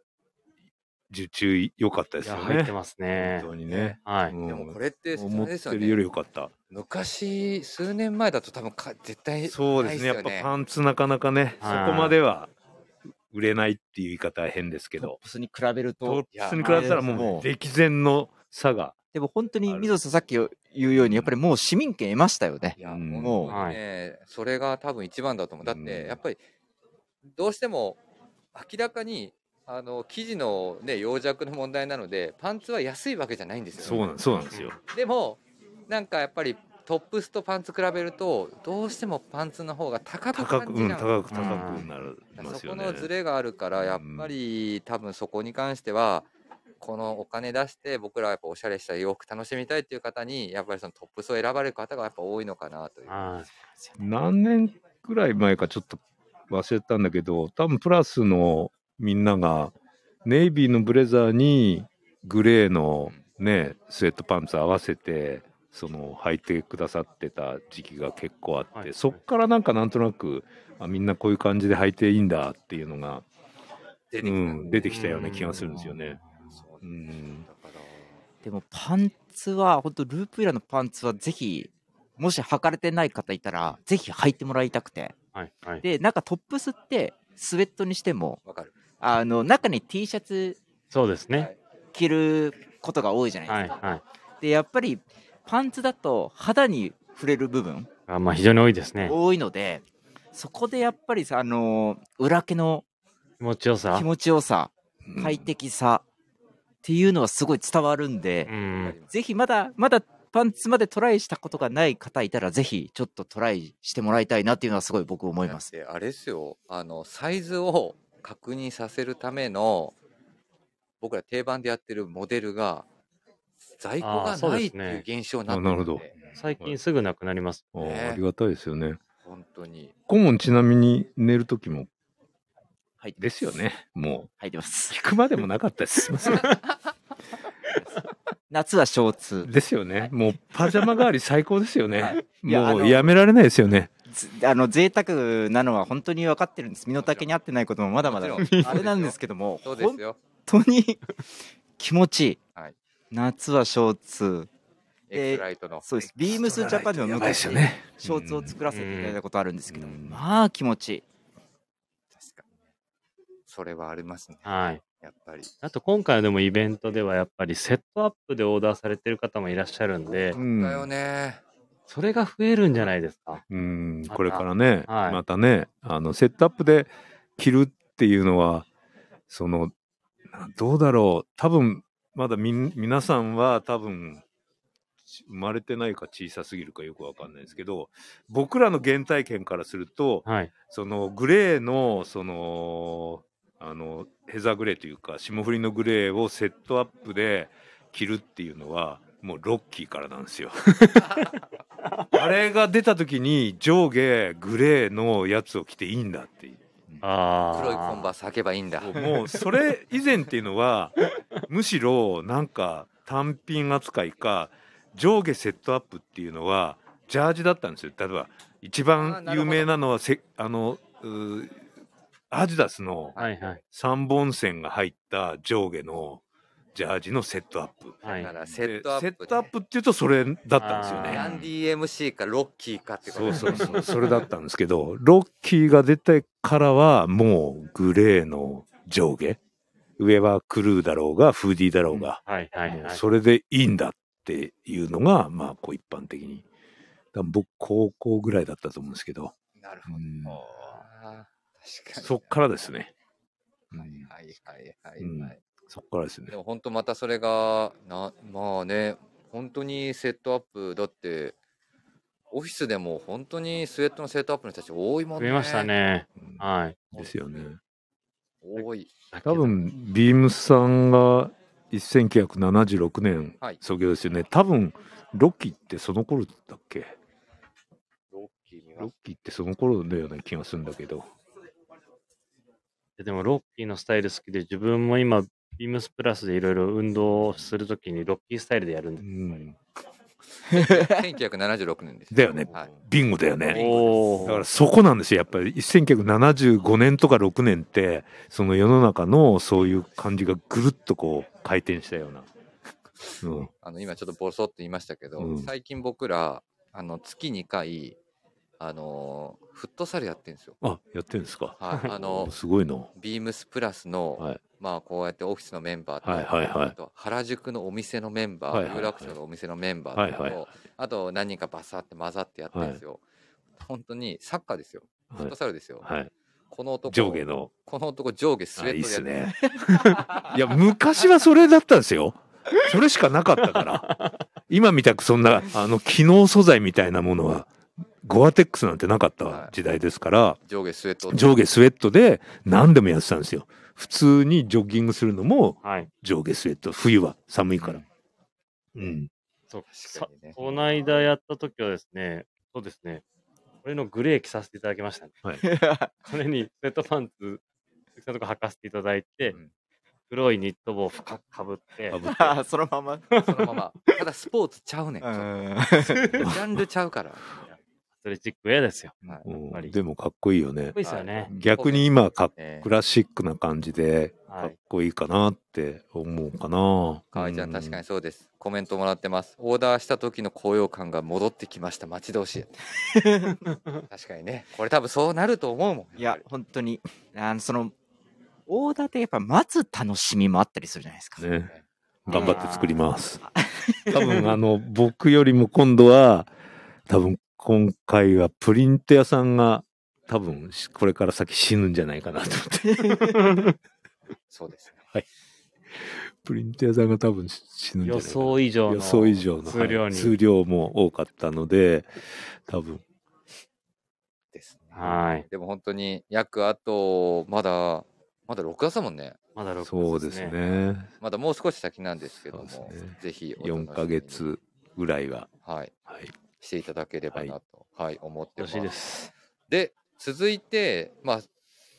C: 受注良かったで
B: い
C: す
B: や、
C: よ
B: 入って
C: ね。
B: ますね
C: 本。当にね。
B: はい。
A: で
C: う
A: も
C: ん
A: これって、
C: 思
A: あれ
C: っ
A: です
C: て
A: よ
C: るよ
A: ね、
C: り良かった。
A: 昔、数年前だと多分か絶対
C: そう
A: な
C: で
A: い
C: すね。やっぱ
A: よ
C: パンツなかなかね、そ
B: はい
C: こまでは売れないっていう言い方は変ですけ
D: ト
C: ど
D: ッ、プスに比べる
C: トッ
D: と、
C: プスに比べたらもう歴然の差が。
D: でも本当に
C: ある
D: 水野さんさっき言うように、やっぱりもう市民権得ましたよね
A: い。や、
C: うん
A: もうね、それが多分一番だと思う。だっ
C: う
A: て、
C: ん
A: やっぱり、どうしても明らかに、あの、生地のね、洋弱の問題なので、パンツは安いわけじゃないんです
C: そう
A: よ、ね。
C: なんそうなんですよ。
A: でも、なんかやっぱり、トップスとパンツ比べると、どうしてもパンツの方が高く
C: 高く、
A: 感
C: う
A: じ
C: ん、
A: ちゃう。
C: 高く高くなります
A: そ
C: よ
A: こ
C: ね。
A: のズレがあるから、やっぱり、多分そこに関しては、このお金出して僕らはやっぱおしゃれした洋服楽しみたいっていう方にやっぱりそのトップスを選ばれる方がやっぱ多いのかなという。
B: はい。
C: 何年くらい前かちょっと忘れたんだけど多分プラスのみんながネイビーのブレザーにグレーのねスウェットパンツ合わせてその履いてくださってた時期が結構あって、
B: はい
C: そっからなんかなんとなくあみんなこういう感じで履いていいんだっていうのが、
A: 出
C: うん、出てきたような気がするんですよね。
A: そう
C: う
A: ね
C: ん
A: だから
D: でもパンツは、本当ループイラのパンツはぜひ、もし履かれてない方いたら、ぜひ履いてもらいたくて。
B: はい。はい。
D: で、なんかトップスって、スウェットにしても、
A: わかる。
D: あの、中に T シャツ
B: そうです
A: は
B: ね。
A: い
D: 着ることが多いじゃないですか。
B: はい。はい。
D: で、やっぱり、パンツだと肌に触れる部分
B: あまあ、非常に多いですね。
D: 多いので、そこでやっぱりさ、あの、裏毛の
B: 気持ちよさ
D: 気。持ちよさ、快適さっていうのはすごい伝わるんで
B: う、ん。
D: ぜひまだ、まだパンツまでトライしたことがない方いたら、ぜひちょっとトライしてもらいたいなっていうのはすごい僕思います。
A: だってあれですよ。あのサイズを確認させるための僕ら定番でやってるモデルが在庫
B: あ
A: が
B: ーそう
A: な
B: で
A: いっ
B: す
A: て
B: ね
A: いう現象になって
C: あな
A: る
C: る
A: ん
C: ほ
A: で、
C: ど
B: 最近すぐなくなります。
C: あーありがたいですよね。
A: 本当に
C: 顧問ちなみに寝る時も
D: はい、
C: ですよ。ねもう。
D: はい、てます。
C: 聞くまでもなかったです。すいません。
D: 夏はショーツ。
C: ですよね。もうパジャマ代わり最高ですよね。
D: いや
C: も
D: あの
C: うやめられないですよね。
D: ずあの、贅沢なのは本当に分かってるんです。身の丈に合ってないこともまだまだ
A: もちろん
D: あれなんですけども、
A: そうです
D: 本
A: よ。
D: 当に気持ちいい。
A: はい
D: 夏はショーツ。
A: エクスライトの。
D: そうです。ビームスジャパンでも
C: やばいで
D: 昔、
C: す
D: シ
C: よ
D: ョ
C: ね。
D: ーツを作らせていただいたことあるんですけど、
C: うん
D: まあ気持ちいい。
A: 確かにそれはありますね。
B: はい。
A: やっぱり。
B: あと、今回のでもイベントではやっぱりセットアップでオーダーされてる方もいらっしゃるんで
C: う、
A: だよ
C: ん。
A: ね。
B: それが増えるんじゃないですか。
C: うんこれからね、
B: はい
C: またね、あのセットアップで着るっていうのは、そのなどうだろう。多分まだみん皆さんは多分。生まれてないか小さすぎるかよくわかんないですけど僕らの原体験からすると、
B: はい。
C: そのグレーのそのあのヘザーグレーというか霜降りのグレーをセットアップで着るっていうのはもうロッキーからなんですよ。あれが出た時に上下グレーのやつを着ていいんだっていう
B: ああ。
A: 黒いコンバース履けばいいんだ。
C: もうそれ以前っていうのはむしろなんか単品扱いか上下セットアップっていうのはジャージだったんですよ例えば一
A: あー
C: 番
A: なるほど
C: 有名なのはせあのうーアディダスの
B: はいはい。
C: 3本線が入った上下のジャージのセットアップ。
B: は
A: だ
B: い。
A: からセッ
C: で
A: トアップ、ね。
C: セットアップっていうとそれだったんですよ
B: あー
A: ラン
C: ね。
A: ディ MC かロッキーかってこと
C: そう
A: です
C: そ
A: ね
C: うそう、それだったんですけど、ロッキーが出てからはもうグレーの上下。上はクルーだろうが、フーディーだろうが、
B: はいはいはい。
C: それでいいんだっていうのが、まあ、こう一般的に。だから僕、高校ぐらいだったと思うんですけど、
A: なる
C: う
A: ほど。
C: ん
A: あー確かに。
C: そっからですね。うん
A: はいはいはいはい、
C: うん
A: はい
C: そっからですね
A: で。も本当またそれがなまあね本当にセットアップだってオフィスでも本当にスウェットのセットアップの人たち多いもん
B: 増
A: ね。
B: えましたね。
C: うん
B: はい。
C: ですよね。
A: 多い。
C: 多分ビームスさんが1976年
A: はい
C: 創業ですよね、多分ロッキーってその頃だっけ
A: ロッキーには
C: ロッキーってその頃のような気がするんだけど
B: でも、ロッキーのスタイル好きで、自分も今、ビームスプラスでいろいろ運動をするときに、ロッキースタイルでやるん
C: う
B: で、
C: ん
A: 1976年です。
C: だよね
A: はい、
C: ビンゴだよね。
B: お
C: だから
B: ー
C: そこなんですよやっぱり1975年とか6年ってその世の中のそういう感じがぐるっとこう回転したような、うん、
A: あの今ちょっとボソッと言いましたけど、
C: うん
A: 最近僕らあの月2回あのーフットサルやってるんですよ。
C: あやってるんですか
A: はい、あの
C: すごいの
A: ビームスプラスの、
C: はい
A: まあこうやってオフィスのメンバーと、
C: はいはいはい
A: あと原宿のお店のメンバー、
C: は
A: 有
C: いはいはい
A: 楽町のお店のメンバーと、
C: はいはいは
A: あと何人かバサって混ざってやってるんですよ。本当にサッカーですよ。フ
C: は
A: ッ
C: い
A: ト、サルですよ。
C: はい、
A: この男
C: 上下の
A: この男上下スウ
C: あ
A: ェ
C: い
A: ッ
C: いっ
A: トですやって
C: ねいや 昔はそれだったんですよそれしかなかったから今みたくそんなあの機能素材みたいなものはゴアテックスなんてなかった時代ですから、
A: 上下スウェット
C: 上下スウェットで何でもやってたんですよ普通にジョギングするのも
B: はい。
C: 上下スウェット冬は寒いからうん
B: そう
A: 確かにね
B: さこの間やった時はですね、そうですね、これのグレー着させていただきましたね。 これにスウェットパンツ、鈴木さんのとこ履かせていただいて、
A: うん
B: 黒いニット帽を深くかぶって、
D: あー そのま ま。
A: そのまま。ただスポーツちゃうねん。ち
D: う
A: ょっ
D: ん。
A: とジャンルちゃう から。
B: アスレチックウェアですよ。か
A: はい
C: うん
B: ぱり
C: でもかっこいいよね
B: っこいいですよね。
C: 逆に今か
A: え
C: クラシックな感じで
B: は
C: かっ
B: い。
C: こいいかなって思うかな
A: 河合ちゃん、確かにそうです。コメントもらってます。オーダーした時の高揚感が戻ってきました。待ち遠しい。確かにね。これ多分そうなると思うもん。
D: い
A: やっ
D: や
A: ぱり、
D: 本当に、あの、その、オーダーってやっぱ待つ楽しみもあったりするじゃないですか。
C: うんね頑張って作ります多分あの僕よりも今度は多分今回はプリント屋さんが多分しこれから先死ぬんじゃないかなと思って
A: そうですね。
C: プリント屋さんが多分死ぬんじゃ
B: 予
C: ないかな
B: 想以上の
C: 予想以上の
B: 数量
C: はい
B: に。
C: 数量も多かったので多分
A: ですね
B: はい。
A: でも本当に約あと、まだ、まだ6月だもんね。
B: まだ6月
C: そうですね。
A: まだもう少し先なんですけども、
C: そうですね
A: ぜひお楽しみに
C: 4ヶ、月ぐらいは、
A: はい、
C: はい、
A: していただければなと、はい、思って
B: よ
A: ま。
B: ろしいですす。
A: で、続いて、まあ、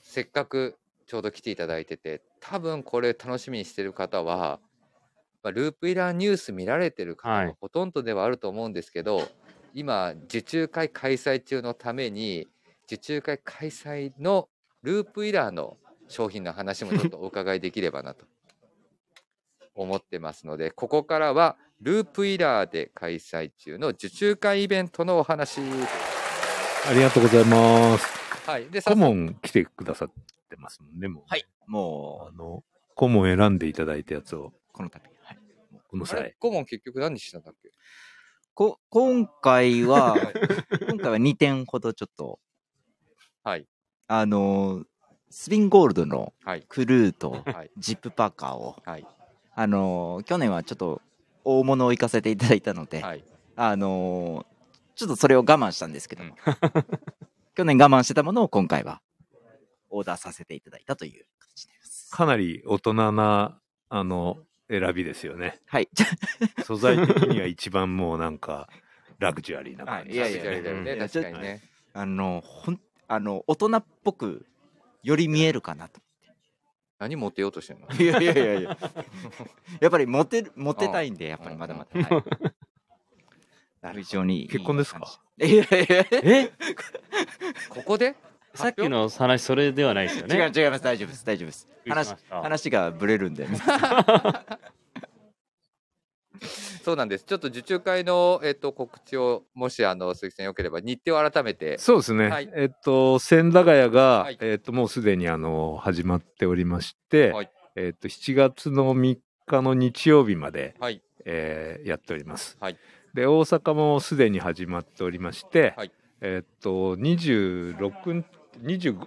A: せっかくちょうど来ていただいてて、多分これ楽しみにしてる方は、まあ、ループイラーニュース見られてる方
B: は
A: が
B: い
A: ほとんどではあると思うんですけど、今、受注会開催中のために、受注会開催のループイラーの商品の話もちょ っとお伺いできればなと思ってますので、ここからはループイラーで開催中の受注会イベントのお話。
C: ありがとうございます
A: はい、で、早
C: 顧
A: 速
C: 問来てくださってますもんねもう
D: はい。も
C: あの顧問選んでいただいたやつを
D: う、この度。はい、
C: この
A: あれ
C: 際
A: 顧問結局何してたんだっけ
D: こ今 回は、今回は2点ほどちょっと、
A: はい。
D: あの、スピンゴールドの
A: はい。
D: クル ーと
A: はい。
D: ジップパーカーを、
A: はい。
D: あの、去年はちょっと大物を行かせていただいたので、
A: はい。
D: あのーちょっとそれを我慢したんですけど、
A: うん
D: 去年我慢してたものを今回はオーダーさせていただいたという形になります。
C: かなり大人なあの選びですよね
D: はい。
C: 素材的には一番もうなんかラグジュアリーな感じ、
D: はいいやい
A: ジ
D: や
A: ャリジャリだよ
D: う
A: ね。
D: ん
A: 確かにね。
D: あの、ほん、あの、大人っぽくより見えるかなと。
A: 何モテようとしてんの
D: いやいやいやいや。やっぱりモテる、モテたいんで、やっぱりまだまだ。はい非常にいい
C: 結婚ですか
D: 感じいやいやいや。
B: え
A: ここで
B: さっきの話、それではないですよね。
D: 違う違います。大丈夫です。大丈夫です。
B: びっくりし
D: 話
B: ま、した
D: 話がブレるんで。
A: そうなんです。ちょっと受注会の、えっと、告知を、もし、あの、鈴木さんよければ、日程を改めて。
C: そうですね、
A: はい
C: えっと千駄ヶ谷が、
A: はい
C: えっともうすでにあの始まっておりまして、
A: はい
C: えっと7月の3日の日曜日まで、
A: はい。
C: えーやっております、
A: はい
C: で大阪もすでに始まっておりまして、
A: はい
C: えっと26日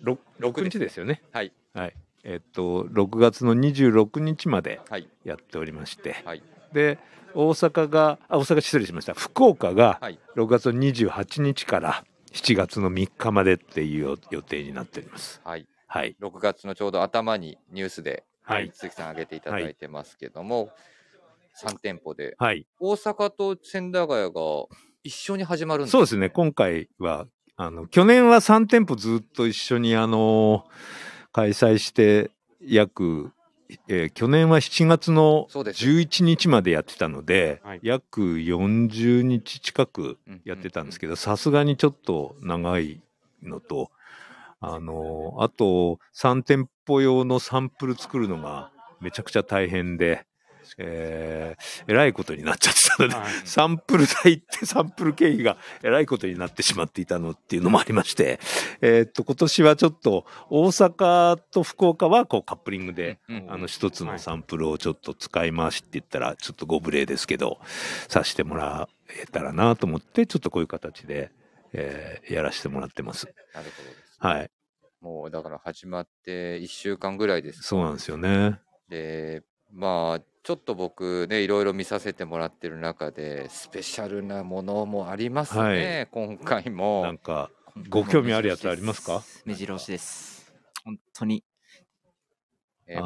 A: 六
C: 25
A: です
C: 日ですよね
A: はい。
C: はいえっと6月の26日まで
A: はい。
C: やっておりまして、
A: はい
C: で大阪があ大阪失礼しました福岡が
A: はい
C: 6月の28日から7月の3日までっていう予定になっております。
A: はい。
C: はい、
A: 6月のちょうど頭にニュースで、
C: はい
A: 鈴木さん挙げていただいてますけども、3店舗で。
C: はい、
A: 大阪と千駄ヶ谷が一緒に始まるんです
C: そうですね今回はあの去年は3店舗ずっと一緒にあの開催して約えー去年は7月の
A: そうですよね
C: 11日までやってたので、
B: はい
C: 約40日近くやってたんですけどさすがにちょっと長いのとあのあと3店舗用のサンプル作るのがめちゃくちゃ大変で、えーえらいことになっちゃってたので。
B: はい
C: サンプル代って サンプル経費がえらいことになってしまっていたのっていうのもありまして、えーっと、今年はちょっと大阪と福岡はこうカップリングで、
A: うんうん
C: あの一つのサンプルをちょっと使い回しって言ったら、ちょっとご無礼ですけど、させてもらえたらなと思って、ちょっとこういう形で、えーやらせてもらってます。
A: なるほどです。
C: はい。
A: もうだから始まって1週間ぐらいです。
C: そうなんですよね。
A: で、まあ、ちょっと僕ね、いろいろ見させてもらってる中で、スペシャルなものもありますね、
C: は
A: 今回
C: なん
A: も。
C: か、 ご興味あるやつありますか
D: 目白押しです本当に
A: えー
C: あー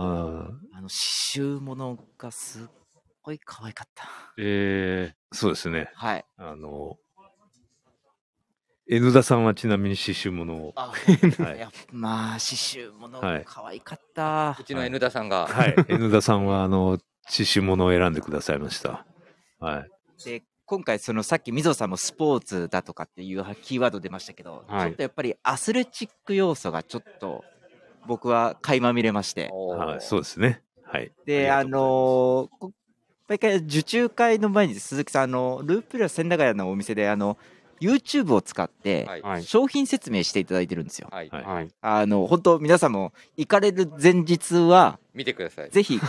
D: あの刺繍物がすっごい可愛かった
B: えー、
C: そうですね。
D: はい
C: あの、N 田さんはちなみに刺繍物を。
D: あ、
C: はい
D: やっぱまあ刺繍物
C: はい
D: 可愛かった、
A: うちの N 田さんが、
C: はい。N 田さんは、あの、刺繍物を選んでくださいました。はい。
D: で今回そのさっきみぞさんもスポーツだとかっていうキーワード出ましたけど、
B: はい
D: ちょっとやっぱりアスレチック要素がちょっと僕は垣間見れまして
A: おー
C: はい、そうですね。はい。
D: であ
C: ありがと
D: のーこ毎回受注会の前に鈴木さんあのループラ千駄ヶ谷のお店であの YouTube を使って
A: はい。
B: はい。
D: 商品説明していただいてるんですよ。
A: はい
C: はい
B: はい。
D: あの本当皆さんも行かれる前日は
A: 見てください。
D: ぜひ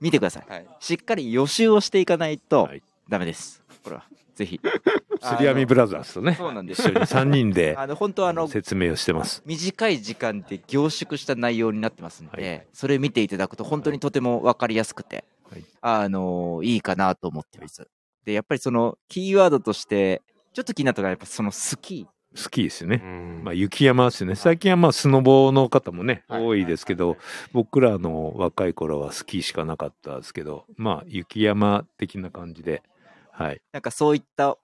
D: 見てください。
A: はい。
D: しっかり予習をしていかないと
C: はい
D: ダメです。これはぜひ。
C: すりみブ
D: ラ
C: ラザーズと ね、
D: そうなんです
C: 一緒に3人で
D: あの本当あの
C: 説明をしてます。
D: 短い時間で凝縮した内容になってますんで、
C: はい
D: それ見ていただくと本当にとても分かりやすくて、
C: はい
D: あのいいかなと思ってます。でやっぱりそのキーワードとしてちょっと気になったのがやっぱそのスキ
C: スキーです
B: う
C: ね。
B: ん
C: まあ、雪山ですね。最近はまあ、スノボの方もね、
B: はい
C: 多いですけど、僕らの若い頃はスキーしかなかったですけど、まあ、雪山的な感じで、はい。
D: ーなんかそういった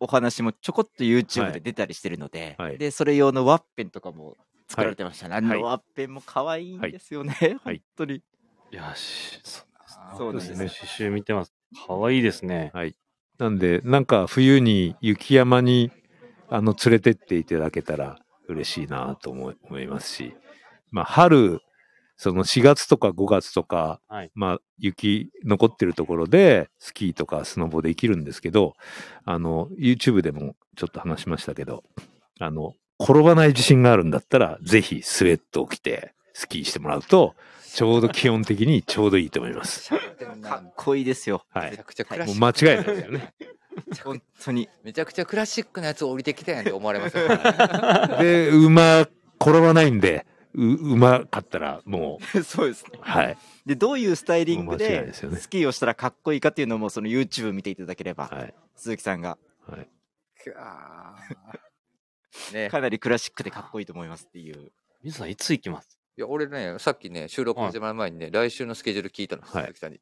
D: お話もちょこっと YouTube
C: は
D: で
C: い
D: 出たりしてるので,、
C: はい
D: でそれ用のワッペンとかも作られてましたね、あ
C: はい
D: のワッペンも可愛いんですよね、
C: はい
D: 本当に
B: いや、し、そ
D: そうなんです
B: ね。刺繍見てます。可愛いですね。
C: はい。なんで、なんか冬に雪山に、あの、連れてっていただけたら嬉しいなと思い思いますし、まあ、春、その4月とか5月とか、
B: はい
C: まあ、雪残ってるところで、スキーとかスノボできるんですけど、あの、YouTube でもちょっと話しましたけど、あの、転ばない自信があるんだったら、ぜひスウェットを着て、スキーしてもらうと、ちょうど気温的にちょうどいいと思います。
D: かっこいいですよ
C: は
A: めち
C: い
A: ゃ。くちゃクラシ
C: もう
A: ック、
C: 間違いないですよね。
D: 本当に
A: めちゃくちゃクラシックなやつ降りてきたやんって思われますよ。
C: で、馬、転ばないんで、う、うまかったら、もう、
D: そうですね
C: はい。
D: でどういうスタイリング
C: もう間違いない
D: で
C: ですよね
D: スキーをしたらかっこいいかっていうのもその YouTube 見ていただければ、
C: はい。
D: 鈴木さんが
C: はい。
A: ね、
D: かなりクラシックでかっこいいと思いますっていう
B: 水さん、いつ行き ます
A: いや俺ね、さっきね、収録始まる前にね、来週のスケジュール聞いたの、
C: はい
A: 鈴木さんに。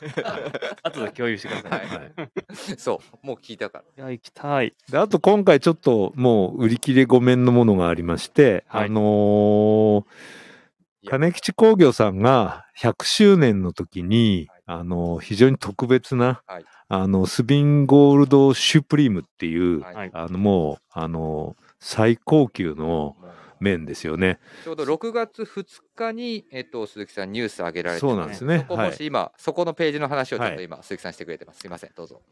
B: 後で共有してください。
C: はい
A: そう、もう聞いたから。
B: いや、行きたい。
C: で、あと今回ちょっと、もう、売り切れごめんのものがありまして、
B: はい
C: あのー金吉工業さんが100周年の時に、あのー非常に特別な、
A: はい
C: あの、スビンゴールドシュプリームっていう、
A: はい
B: はい
C: あの、もう、あのー最高級の
A: もう
C: 麺ですよね。
A: ちょうど6月2日に、えっと、鈴木さんニュース上げられて
C: そうなんですね
A: そこ
C: は
A: も
C: い
A: し今、そこのページの話をちょっ
C: は
A: と
C: い
A: 今、鈴木さんしてくれてます。すいません、どうぞ。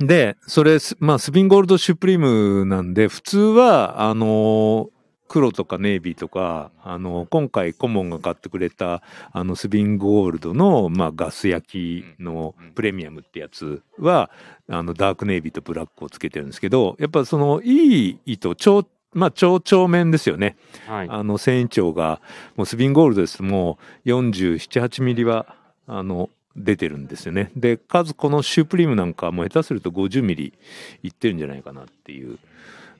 C: で、それ、すまあ、スピンゴールドシュプリームなんで、普通は、あのー黒とかネイビーとか、あのー今回コモンが買ってくれた、あの、スピンゴールドの、まあ、ガス焼きの
A: うんうん
C: プレミアムってやつは、あの、ダークネイビーとブラックをつけてるんですけど、やっぱその、いい糸、長、まあ、長長面ですよね。
B: はい。
C: あの、繊維長が、もうスピンゴールドですともう47、8ミリは、あの、出てるんですよね。で、数このシュプリームなんかはもう下手すると50ミリいってるんじゃないかなっていう、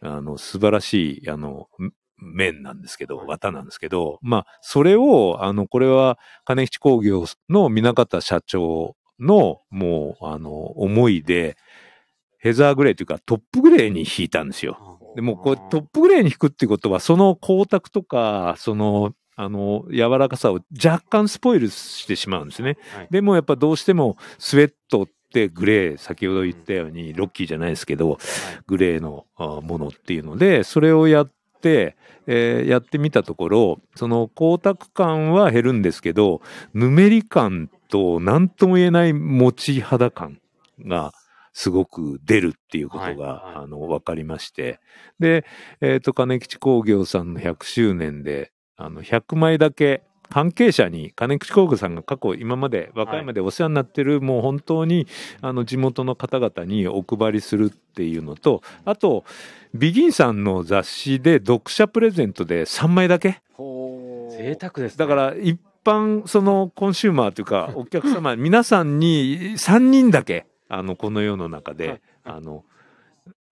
C: あの、素晴らしい、あの、ん綿なんですけど、綿なんですけど、まあ、それを、あの、これは金吉工業の南方社長の、もう、あの、思いで、ヘザーグレーというかトップグレーに引いたんですよ。でもうこうトップグレーに引くっていうことはその光沢とかそのあの、柔らかさを若干スポイルしてしまうんですね。
B: はい
C: でもやっぱどうしてもスウェットってグレー、先ほど言ったようにロッキーじゃないですけど、グレーのあものっていうので、それをやって、えーやってみたところ、その光沢感は減るんですけど、ぬめり感と何とも言えない持ち肌感がすごく出るっていうことが、
B: はいはい
C: あの、分かりまして。で、えっ、と、金吉工業さんの100周年で、あの、100枚だけ、関係者に金口工業さんが過去今まで和歌山でお世話になってる、もう本当にあの地元の方々にお配りするっていうのとあとビギンさんの雑誌で読者プレゼントで3枚だけ
B: 贅沢です、ね。
C: だか、ら一般そのコンシューマーというかお客様皆さんに3人だけあのこの世の中であの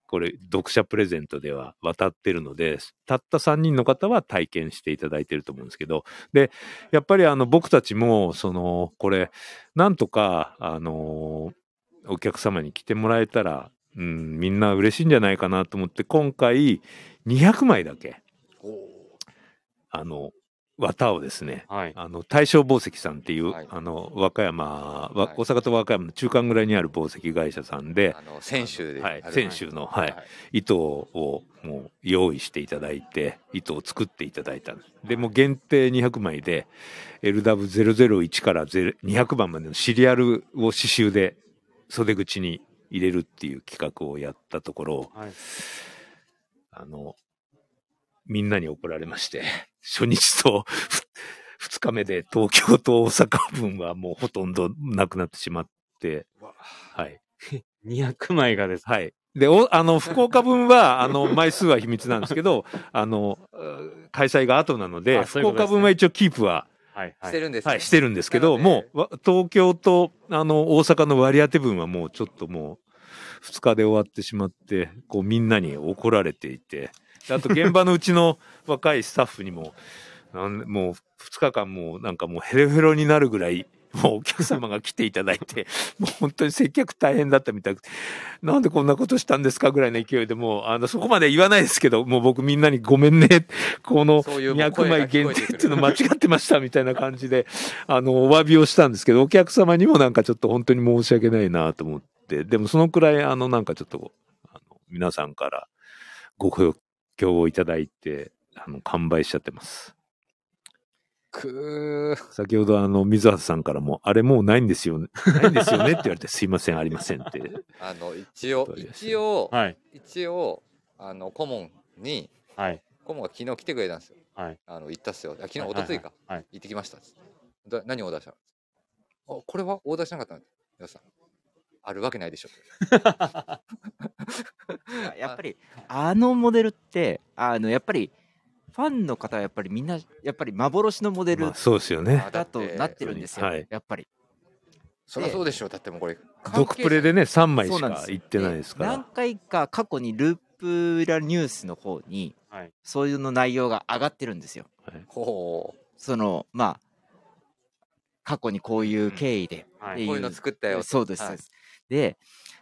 C: これ読者プレゼントでは渡ってるのでたった3人の方は体験していただいてると思うんですけどでやっぱりあの僕たちもそのこれなんとかあのお客様に来てもらえたら、うん、みんな嬉しいんじゃないかなと思って今回200枚だけあの綿をですね
B: はい。
C: あの大正宝石さんっていう、
A: はい
C: あの和歌山、
A: はい
C: わ大阪と和歌山の中間ぐらいにある宝石会社さんで、
A: あの先週で、
C: はい
A: あ、る
C: 先週の、はい
A: はい
C: 糸をもう用意していただいて糸を作っていただいたんですでもう限定200枚で LW001 から0 200番までのシリアルを刺繍で袖口に入れるっていう企画をやったところ
B: はい。
C: あのみんなに怒られまして 初日と2日目で東京と大阪分はもうほとんどなくなってしまって、はい、
B: 200枚がですね。
C: はい。で、おあの、福岡分は、あ の、枚数は秘密なんですけど、あの、う開催が後なので、
B: あそういう
C: 福
B: ことですね
C: 岡分は一応キープは、
B: はい。は
A: し
B: い。
A: てるんですね、
C: はい、してるんですけど、
A: なの
C: も
A: で
C: う、わ東京と、あの、大阪の割り当て分はもうちょっともう、2日で終わってしまって、こう、みんなに怒られていて、であと、現場のうちの若いスタッフにも、なんもう、2日間もう、なんかもう、ヘロヘロになるぐらい、もうお客様が来ていただいて、 もう本当に接客大変だったみたいなんでこんなことしたんですかぐらいの勢いでもう、あの、そこまで言わないですけど、もう僕みんなにごめんね、この
A: そういうもう声
C: 200
A: が
C: 枚
A: 聞こ
C: 限
A: え
C: 定
A: て
C: っ
A: くる
C: ていうの間違ってましたみたいな感じで、 あの、お詫びをしたんですけど、お客様にもなんかちょっと本当に申し訳ないなと思って、でもそのくらい、あの、なんかちょっと、あの皆さんからご協協をいただいて、あの、完売しちゃってます。
A: くー
C: 先ほどあの、水畑さんからも、あれもうないんですよ、ないんですよねって言われて、すいません、ありません って。
A: あの一応
C: そうですね
A: 一応、
B: はい。
A: 一応あの顧問に
B: はい。
A: 顧問が昨日来てくれたんですよ
B: はい。
A: あの行ったっすよあ昨日
B: はい
A: 一昨日か、。
B: はいはい。
A: 行ってきましたっつってだ何をオーダーしたのあこれはオーダーしなかったの皆さんあるわけないでしょ
D: ややっぱりあのモデルってあのやっぱりファンンの方はやっぱりみんなやっぱり幻のモデ
C: ま
D: ル
C: あ、そうですよね。
A: あ
D: だとなってるんですよ、
C: はい
D: やっぱり
A: そりゃそうでしょだってもうこれ
C: ドクプレでね、3枚
D: そう
C: し
D: なんで
C: か
D: す
C: 行ってないですか
D: 何
C: ら。
D: 回か過去にループラニュースの方に、
B: はい
D: そういうの内容が上がってるんですよ
A: ほう
D: そのまあ過去にこういう経緯で、
B: はい
D: って
A: こういうの作ったよ
D: そうです、
A: はい
D: そうですで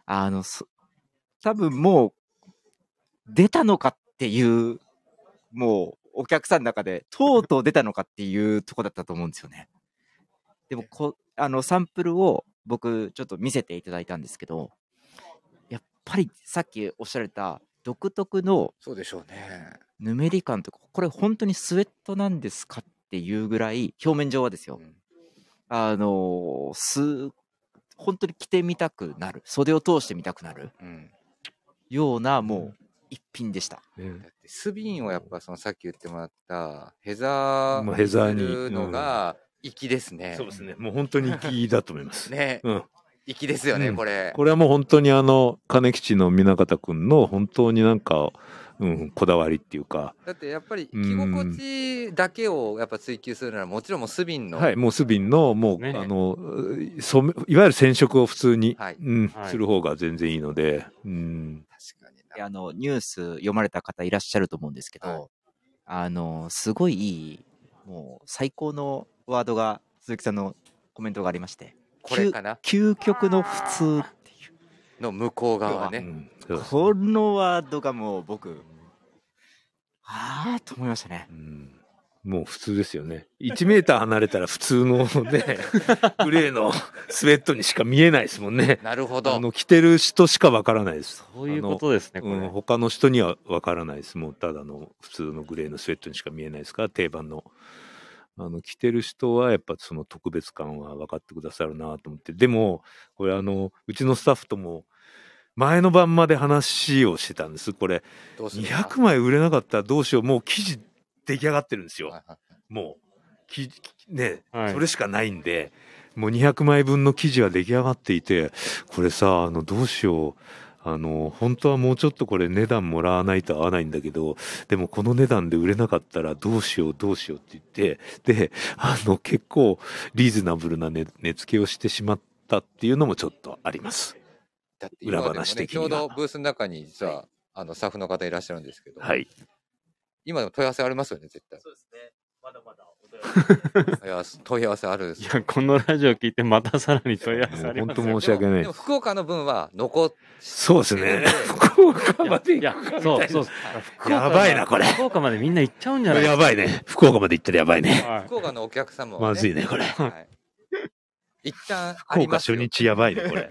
D: あのそ多分もう出たのかっていうもうお客さんの中でとうとう出たのかっていうとこだったと思うんですよねでもこあのサンプルを僕ちょっと見せていただいたんですけどやっぱりさっきおっしゃられた独特の
A: そうでしょうね
D: ぬめり感とかこれ本当にスウェットなんですかっていうぐらい表面上はですよ、
A: うん
D: あのーす本当に着てみたくなる袖を通してみたくなる
A: うん
D: ようなもう一品でした、
C: ね
A: だってスビンをやっぱそのさっき言ってもらったヘザ
C: もう
A: ー
C: ヘザーに
A: するのが粋ですね、
C: そうですね。もう本当に粋だと思います。
A: ね
C: うん、
A: 粋ですよね、
C: うん
A: これ
C: これはもう本当にあの金吉の南方くんの本当になんか、うん、こだわりっていうか、
A: だってやっぱり
C: うん
A: 着心地だけをやっぱ追求するならもちろんもうスビンの、
C: はい、もうスビンのもう、
B: ね
C: あの染めいわゆる染色を普通に、
A: はい
C: うん
B: はい
C: する方が全然いいので、うん、
A: 確かに
D: であのニュース読まれた方いらっしゃると思うんですけど、
A: はい
D: あのーすごいいいもう最高のワードが鈴木さんのコメントがありまして
A: これかな
D: 究極の普通っていう
A: の向こう側
C: う
A: ね
C: んそうです
D: このワードがもう僕ああと思いましたね
C: うんもう普通ですよね。1メーター離れたら普通のね、グレーのスウェットにしか見えないですもんね。
A: なるほ
C: あ
A: ど。
C: の、着てる人しかわからないです。
B: そういうことですね、これ。
C: うん、他の人にはわからないです。もうただの普通のグレーのスウェットにしか見えないですから、定番の。あの、着てる人はやっぱその特別感は分かってくださるなと思って。でも、これあの、うちのスタッフとも、前の晩まで話をしてたんです。これ、
A: どうするの
C: 200枚売れなかったらどうしよう。もう生地出来上がってるんですよ。
A: はいはい
C: もう、ききね、
B: はい
C: それしかないんで、もう200枚分の記事は出来上がっていて、これさ、あの、どうしよう。あの、本当はもうちょっとこれ値段もらわないと合わないんだけど、でもこの値段で売れなかったらどうしようどうしようって言って、で、あの、結構リーズナブルな値値付けをしてしまったっていうのもちょっとあります。
A: だって今でも
C: 裏話
A: ね、
C: 的
A: ちょ
C: には
A: うどブースの中に実は、あの、スタッフの方いらっしゃるんですけど、
C: はい。
A: 今でも問い合わせありますよね、絶対。
E: そうですね。まだまだお問い合わせ。
A: 問い合わせ問い合わせあるんです
B: い
A: よ
B: や、このラジオ聞いて、またさらに問い合わせあり
C: 本
B: ま
C: 当
B: すよ。
C: 申し訳ない
A: でもでも。福岡の分は残
C: そうですね。福岡まで
B: いや、そうそうそう。福岡
C: やばいなこれ
B: 福岡までみんな行っちゃうんじゃない
C: やばいね。福岡まで行ったらやばいね。
B: は
A: 福岡のお客様は、ね、
C: まずいね、これ。
A: はい一旦あ
C: 福
A: り
C: 岡
A: ますよ。
C: 初日 やばいね、これ。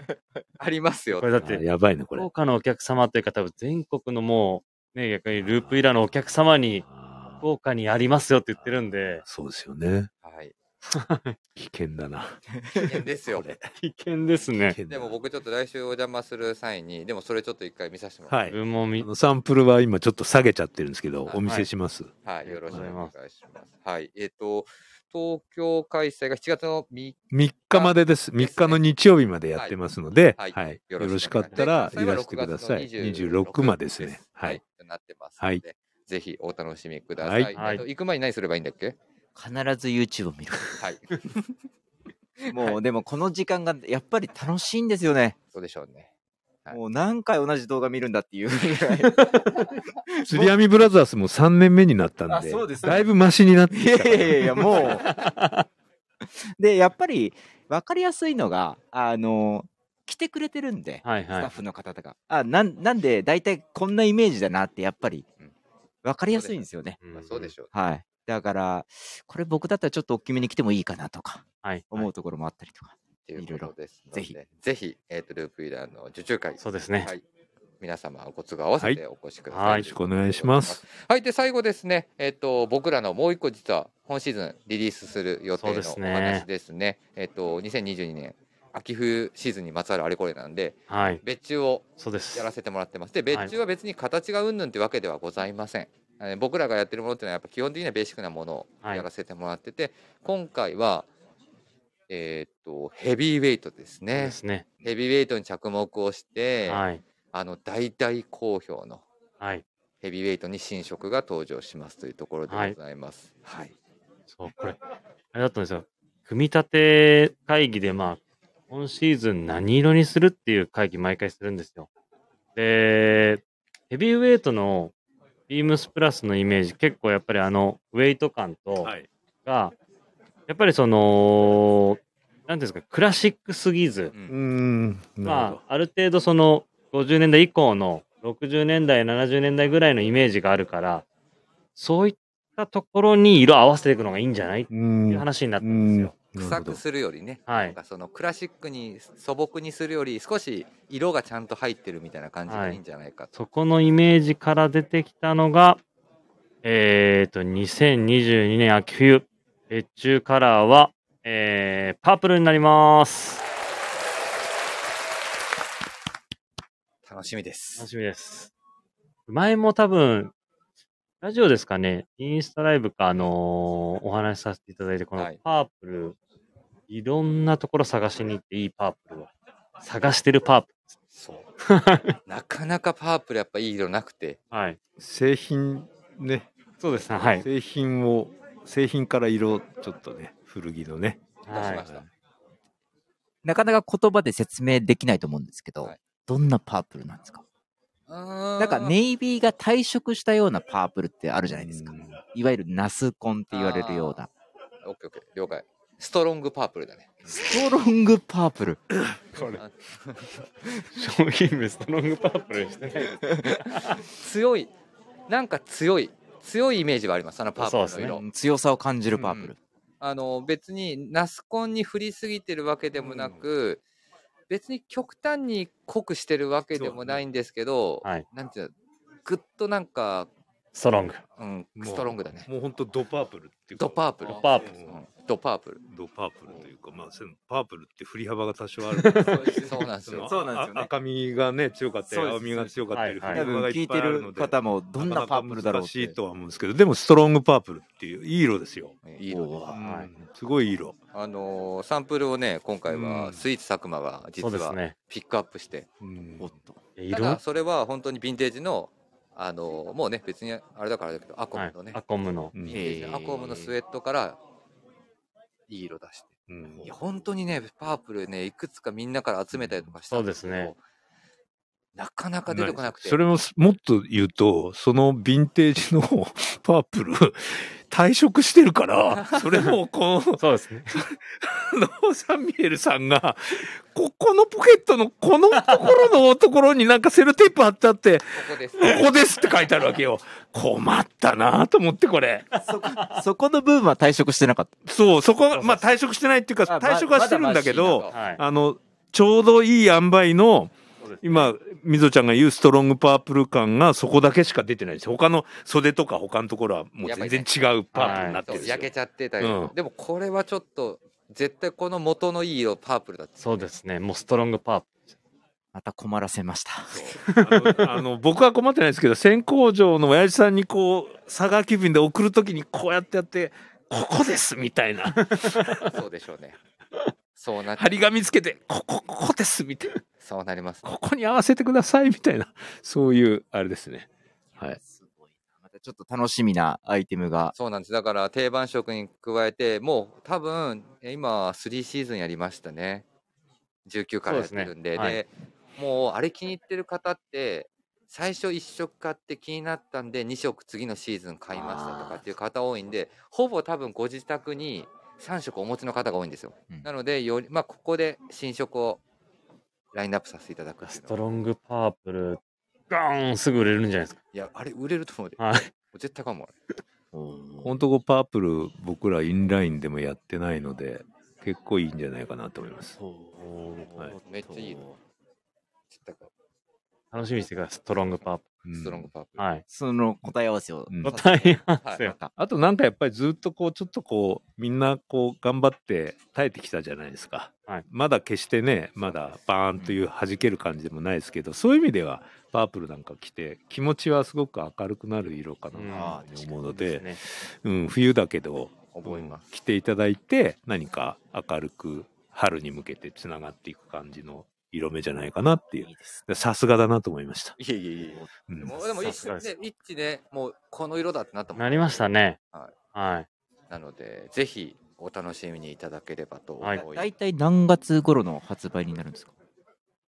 A: ありますよ
B: い。こ。れだって、
C: やばいね、
B: 福
C: これ。
B: 岡のお客様というか、多分全国のもう、ね、逆にループイラーのお客様に、福岡にありますよって言ってるんで、
C: そうですよね。
A: はい。
C: 危険だな。
A: 危険ですよ。
B: 危険ですね。
C: 危険だ
A: でも僕ちょっと来週お邪魔する際に、でもそれちょっと一回見させてもらっ
C: は
B: 自
C: い。
B: 分も
C: あ
B: 見、
C: のサンプルは今ちょっと下げちゃってるんですけど
A: は、い
C: お見せします。
A: て、はい、よろしくお
B: あり
A: 願
B: がとうご
A: いします。はい。えっ、と、東京開催が7月の3日
C: 3日までです。3日の日曜日までやってますので、は
A: はい
C: い。
A: はい
C: よろしかったらいらしてください。26までですね。は
A: はいい。。となってますので。ぜひお楽しみくださ。
C: はいい
B: はい
A: あと行く前に何すればいいんだっけ
D: 必ず YouTube を見る。
A: はい。
D: もうでもこの時間がやっぱり楽しいんですよね。
A: そうでしょうね。はい
D: もう何回同じ動画見るんだっていうぐらい。
C: 釣り網ブラザースも3年目になったん
D: あ
C: で、
D: そうですね
C: だいぶマシになって
D: い
C: き
D: や
C: た
D: い
C: から。
D: や いや、もう。 で、やっぱり分かりやすいのが、あの、来てくれてるんで、
B: はい
D: スタッ
B: は
D: フの方とか。あなんなんで、大体こんなイメージだなって、やっぱり
A: うん
D: 分かりやすいんですよね。
B: い。
A: まあ、そうでしょう。
D: はい。だから、これ僕だったらちょっと大きめに来てもいいかなとか、
B: はい。
D: 思うところもあったりとか。
A: っていうことですので。
D: いろいろ
A: ぜひ、えっ、と、ループイラーの受注会。
B: そうですね
A: はい。皆様、ご都合合わせてお越しください。
B: はい
C: よろしくお願いします。。
A: はい。で、最後ですね、えっ、と、僕らのもう一個実は、今シーズンリリースする予定の
B: そう
A: お
B: ですね
A: 話ですね。えっ、と、2022年秋冬シーズンにまつわるあれこれなんで、
B: はい。
A: 別注を
B: そうです
A: や。らせてもらってます。で、別注は別に形がうんぬんってわけではございません。えー僕らがやってるものっていうのは、やっぱ基本的にはベーシックなものを
B: はい
A: やらせてもらってて、今回は、えーっと、ヘビーウェイトです
B: そう
A: ね
B: で。すね。
A: ヘビーウェイトに着目をして、
B: はい。
A: あの、大々好評の
B: はい。
A: ヘビーウェイトに新色が登場しますというところで
B: はい
A: ございます。はい。
B: そう、これ、あれだったんですよ。組み立て会議で、まあ、今シーズン何色にするっていう会議毎回するんですよ。で、ヘビーウェイトのビームスプラスのイメージ、結構やっぱりあの、ウェイト感と、
C: はい。
B: が、やっぱりその、なんていうんですか、クラシックすぎず、
A: う
C: うー
A: ん
C: ん。なる
B: まあ、ある程度その50年代以降の60年代、70年代ぐらいのイメージがあるから、そういったところに色合わせていくのがいいほど。うーんいいんじゃないって
C: ほど。うー
B: い
C: ん。
B: う
C: う
B: 話になった
C: ー
B: んです
C: ん
B: よ。。
A: 臭くするよりね、
B: は
A: なん
B: い。
A: かそのクラシックに素朴にするより少し色がちゃんと入ってるみたいな感じがいいんじゃないかと。
B: そこのイメージから出てきたのが、えっ、と、2022年秋冬、別注カラーは、えー、パープルになります。
A: 楽しみです。
B: 楽しみです。前も多分、ラジオですかね、インスタライブか、あのーお話しさせていただいて、こ
A: は
B: の
A: い
B: パープル、い、ろんなところ探しに行って、いいパープルを。探してるパープ
A: そう。なかなかパープルやっぱいい色なくて。
B: ル。はい。
C: 製品、ね。
B: そうですね、はい。
C: 製品を製品から色ちょっとね古着のね、
A: 出し
B: は
A: ま
B: い
A: し、た。
D: なかなか言葉で説明できないと思うんですけど、
A: はい
D: どんなパープルなんですか
A: な
D: なんかネイビーが退色したようなパープルってあるじゃないですか。
C: うん
D: いわゆるナスコンって言われるような。
A: オッケーオッケー了解。ストロングパープルだね。
D: ストロングパープル。
B: 商品名、ストロングパープルにしてないです。
A: 強い。なんか強い。強いイメージはあります、あのパープルの色。
B: そうですね
D: うん強さを感じるパープル。
A: あの別にナスコンに振りすぎてるわけでもなく、別に極端に濃くしてるわけでもないんですけど、
B: はい
A: なんていうのぐっとなんか、
B: ストロング。
A: うん、
C: もう
A: ストロングだね
C: もう本当ドパープルっていうか
A: ドパープル
B: ドパープ
A: う
B: ル
A: んドパープル
C: ドパープルというか、まあ、そのパープルって振り幅が多少あるから
A: そうなんです
C: その
A: よ
D: そうなんですよね
C: あ赤みがね強かったり
D: そうです
C: 青みが強かったり、
B: はい
C: 振
D: 多
C: り幅
D: 分
C: が
D: 聞い
C: ぱ
D: て
C: あの
D: る
C: で
D: 方もどんなパープルだろう
C: なかなか難
D: っ
C: しい
D: て。
C: とは思うんですけどでもストロングパープルっていういい色ですよ、
A: いい色です
D: おー
C: うん
B: はい
C: すごいいい色
A: あのーサンプルをね今回
C: う
A: は
C: ん
A: スイーツ佐久間が実
B: そうです
A: は
B: ね。
A: ピックアップして、
C: うん
D: おっと。
B: い
A: た
B: や
A: だ
B: 色
A: それは本当にヴィンテージのあのーもうね別にあれだからだけどアコ
B: は
A: ム
B: い
A: のね、。
B: アコムの。
C: うん
A: ヴィンテージのアコムのスウェットからいい色出して
C: うん
A: いや本当にねパープルねいくつかみんなから集めたりとかしたんけど
B: そうですね
A: なかなか出てこなくて
C: それもすもっと言うとそのヴィンテージの パープル退職してるからそれをこの
B: そうですね。
C: あのサンミエルさんがここのポケットのこのところのところになんかセロテープ貼ってあって
A: ここです
C: 「ここです」って書いてあるわけよ困ったなと思ってこれ
D: そこ、そこの部分は退職してなかった。
C: そうそこ
B: そう
C: は
B: そう
C: まあ退職してないっていうか
D: あま
C: 退職はしてるんだけど、
B: はい。
C: あのちょうどいい塩梅の
B: そうですね
C: 今みぞちゃんが言うストロングパープル感がそこだけしか出てないです他の袖とか他のところはもう全然違うパープルになって
A: そうん
C: るですよ
A: 焼けちゃってたり、
C: うん
A: でもこれはちょっと絶対この元のいい色パープルだって
B: そうですね。もうストロングパープ
D: また困らせました。
C: あ のあの僕は困ってないですけど線工場の親父さんにこう佐賀急便で送るときにこうやってやって「ここです」みたいな
A: そうでしょうねそうなっ
C: 張り紙つけて「ここここです」みたいな
A: そうなります
C: 「ここに合わせてください」みたいなそういうあれですね。はい、
D: すごいなまたちょっと楽しみなアイテムが。
A: そうなんですだから定番色に加えてもう多分え今3シーズンやりましたね19からやってるんでで,、
B: そうですね
A: もうあれ気に入ってる方って最初1色買って気になったんで2色次のシーズン買いましたとかっていう方多いんでほぼ多分ご自宅に3色お持ちの方が多いんですよ、
D: うん
A: なのでより、まあ、ここで新色をラインナップさせていただく
B: ル。
A: ってい
B: ス
A: うの
B: ト
A: は
B: ロングパープル。ガーンすぐ売れるんじゃないですか。
A: いやあれ売れると思うでも
B: はい。
A: う絶対買うもん俺
D: お
C: 本当こうパープル僕らインラインでもやってないので結構いいんじゃないかなと思います。はい
A: めっちゃいいの絶対買う
B: 楽しみにしてください。ストロングパープ
A: ストロング
C: ー
A: パープ
B: ル。
A: ル、
B: はい。
D: その答え合わせを。
C: うん
B: ご大変で
A: は
B: すよ。
C: あとなんかやっぱりずっとこうちょっとこうみんなこう頑張って耐えてきたじゃないですか、
B: はい
C: まだ決してねまだバーンという弾ける感じでもないですけど、そういう意味ではパープルなんか着て気持ちはすごく明るくなる色かなと思うので、
B: ね
C: うん冬だけど
A: 覚えます
C: 着ていただいて何か明るく春に向けてつながっていく感じの色目じゃないかなっていう
D: いです。
C: でさすがだなと思いました。
A: いえいえいえ
C: う
A: で
C: ん
A: も、でも
B: さ
A: 一
B: すが
A: 瞬
B: です
A: ね、一致ね、もうこの色だってなったもん。
B: なりましたね。
A: は
B: はい。
A: なので、ぜひお楽しみにいただければと思
B: はい
A: い
D: だいたい何月頃の発売になるんですか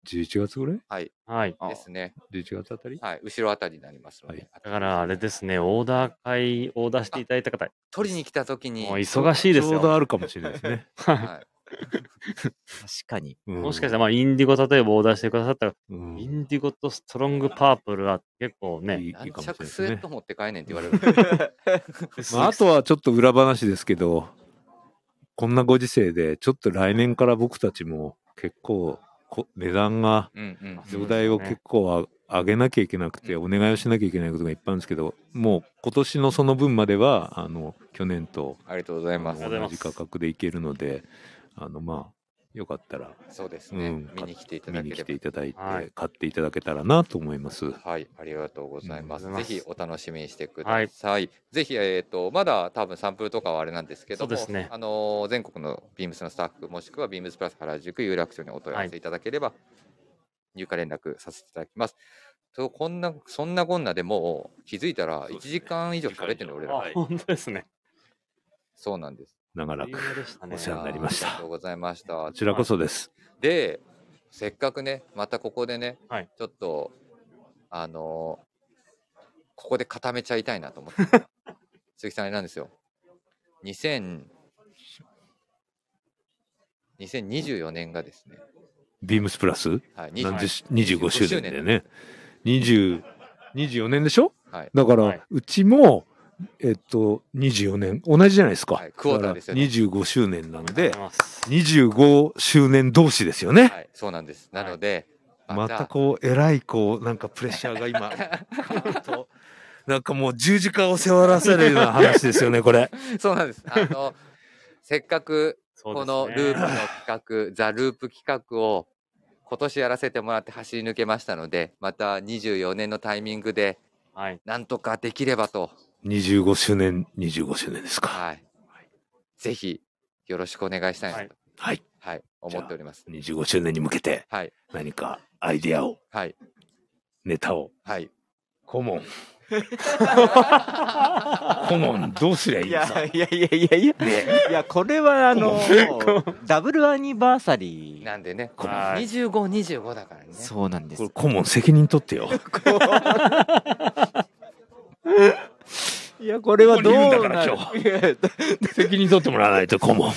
C: 11月ぐらい
B: はい。
D: あ
A: ですね。
C: 11月あたり
A: はい、後ろあたりになりますので。
B: だからあれですね、オーダー会、オーダーしていただいた方、
A: 取りに来た時に、
B: もう忙しいです
C: ちょうど
B: よ。
C: あるかもしれないです ね。
A: はい
D: 確かに。
C: うん
B: もしかしたら、まあ、インディゴ、例えばオーダーしてくださったら、
C: うん
B: インディゴとストロングパープルは結構ね、
A: 何
C: かもしれない
A: 着
C: で
A: ス
C: す
A: ウ
C: ね
A: ェット持って帰んねんって言われ る。
C: まあ、あとはちょっと裏話ですけど、こんなご時世で、ちょっと来年から僕たちも結構こ、値段が、
A: うんうん。
B: そうですね
C: 状態を結構あ上げなきゃいけなくて、お願いをしなきゃいけないことがいっぱいあるんですけど、もう今年のその分までは、あの、去年と
A: ありがとうござい
C: あ
A: ま
C: の
A: す
B: ありがとうござい
C: 同
B: ます
C: じ価格でいけるので、あの、まあ、よかったら
A: そうですね。
C: うん
A: 見に来ていた
C: 見
A: だ
C: に
A: け
C: 来
A: れ
C: ていただいて、
B: はい
C: 買っていただけたらなと思います。
A: ば。はい、ありがとうございます。
B: うん
A: ぜひお楽しみにしてください。ぜひ、えっ、と、まだ多分サンプルとかはあれなんですけども、
B: そうですね
A: あのー全国のビームスのスタッフ、もしくはビームスプラス原宿有楽町にお問い合わせいただければ、入荷連絡させていただきます。とこんなそんなこんなでもう気づいたら
C: そ
A: 1
C: うですね
A: 時間以上喋ってるの、俺ら、
B: あ本当ですね。
A: そうなんです。
C: 長ら
B: 有
C: く。
B: 名でしたね
C: お世話になりました
A: ありがとうございました
C: こ。ちらこそです。
A: で、せっかくね、またここでね、
B: はい
A: ちょっと、あのーここで固めちゃいたいなと思って、鈴木さんあれなんですよ。2000 2024年がですね、
C: ビームスプラス
A: はい、
C: なんで
A: 20
C: し25周年だよね
A: 25。
C: 20 24年でしょ
A: はい
C: だか
B: はい
C: ら、うちも、えっと、24年、同じじゃないですか。
A: はいクォーターですよね
C: だから25周年な
B: あ
C: の
B: り
C: で
B: がとう、ございます
C: 25周年同士ですよね。
A: はい、そうなんです。なので、
C: またこう、偉い、こう、なんかプレッシャー が今、来るとなんかもう十字架を背負わせるような話ですよね、これ。
A: そうなんです。あの、せっかく
B: そうです
A: こ
B: ね
A: のループの企画、ザ・ループ企画を今年やらせてもらって走り抜けましたので、また24年のタイミングで、
B: はい。
A: なんとかできればと、
C: 25周年、25周年ですか。
A: はい。ぜひ、よろしくお願いしたいなと、
C: はい。
A: はい、思っております。
C: 25周年に向けて、
A: はい、
C: 何かアイデアを、
A: はい、
C: ネタを、
A: はい。
C: 顧問。 顧問、どうすりゃいい
D: い
C: んです
D: や
C: か
D: いやいやいやいや、いや、 これはあの、ダブルアニバーサリー。
A: なんでね、
C: 顧問。
B: はい
A: 25、25だからね。
D: そうなんで
C: こ
D: す
C: れ。顧問責任取 ってよ。
D: いや、これはどう
C: ここにいるんだ
D: な
C: から
D: るいや
C: 責任取ってもらわないと顧問。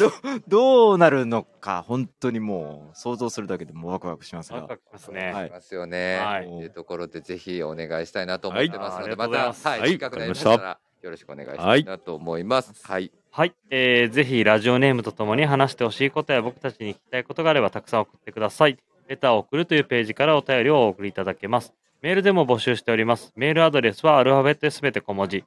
D: どうなるのか、本当にもう、想像するだけでもうワクワクします
B: ワ
D: が
B: クワ。クしますね。
D: はい
A: ありますよね。
B: はい
A: というところでぜひお願いしたいなと思ってますので、
B: はいあありがとうございます
A: た、は、
C: はいい
A: 近くなりましたらよろしくお願いしたいなと思います。はい、
B: はい、えーぜひラジオネームとともに話してほしいことや僕たちに聞きたいことがあればたくさん送ってください。レターを送るというページからお便りをお送りいただけます。メールでも募集しております。メールアドレスはアルファベットすべて小文字、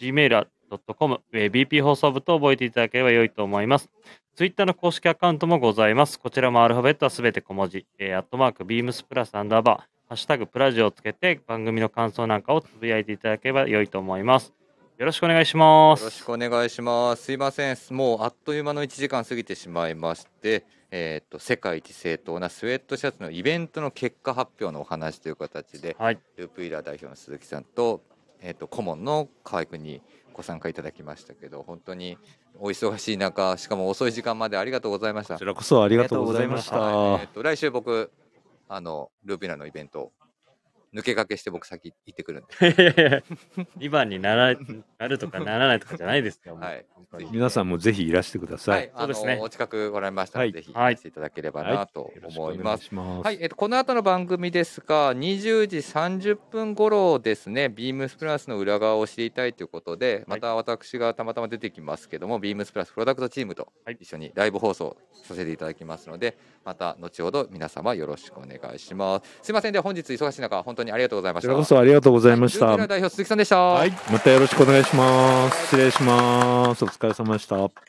B: bp.hosobu.gmail.com、えー bp 放送部と覚えていただければ良いと思います。ツイッターの公式アカウントもございます。こちらもアルファベットはすべて小文字、えー、アットマーク、ビームスプラスアンダーバー、ハッシュタグプラジオをつけて番組の感想なんかをつぶやいていただければ良いと思います。よろしくお願いしま
A: よろし
B: す。
A: くお願いします。すいません、もうあっという間の1時間過ぎてしまいまして、えー、と世界一正当なスウェットシャツのイベントの結果発表のお話という形で、
B: はい、
A: ループイラー代表の鈴木さんと,、えー、と顧問の河合君にご参加いただきましたけど本当にお忙しい中しかも遅い時間までありがとうございました
C: こち。らこそありがとうございまし
A: はいえ
C: た
A: ー。と来週僕あのルーピナのイベント抜け駆けして僕先行ってくるんで、
B: 2番にならなるとかならないとかじゃないですよ。もう
A: はい
B: 本当に
A: ぜひ
C: 皆さんもぜひいらしてくださ。
A: はいい、あの
B: そうですね
A: お近くご覧になりましたら、
C: はい
A: ぜひ
B: はい
A: 行っていただければなと
C: よろしくお
A: 思
C: 願
A: い
C: い
A: ます。
C: します。
A: はい、えっと、この後の番組ですが、20時30分頃ですね、ビームスプラスの裏側を知りたいということで、また私がたまたま出てきますけども、ビームスプラスプロダクトチームと
B: はい
A: 一緒にライブ放送させていただきますので、また後ほど皆様よろしくお願いします。すいませんで、本日忙しい中、本当にありがとうございま
C: こ
A: し
C: ち
A: た。
C: らこそありがとうございまし
A: ルー
C: た。
A: キーラ代表鈴木さんでした。
C: はい、またよろしくお願いします。失礼します。お疲れ様でした。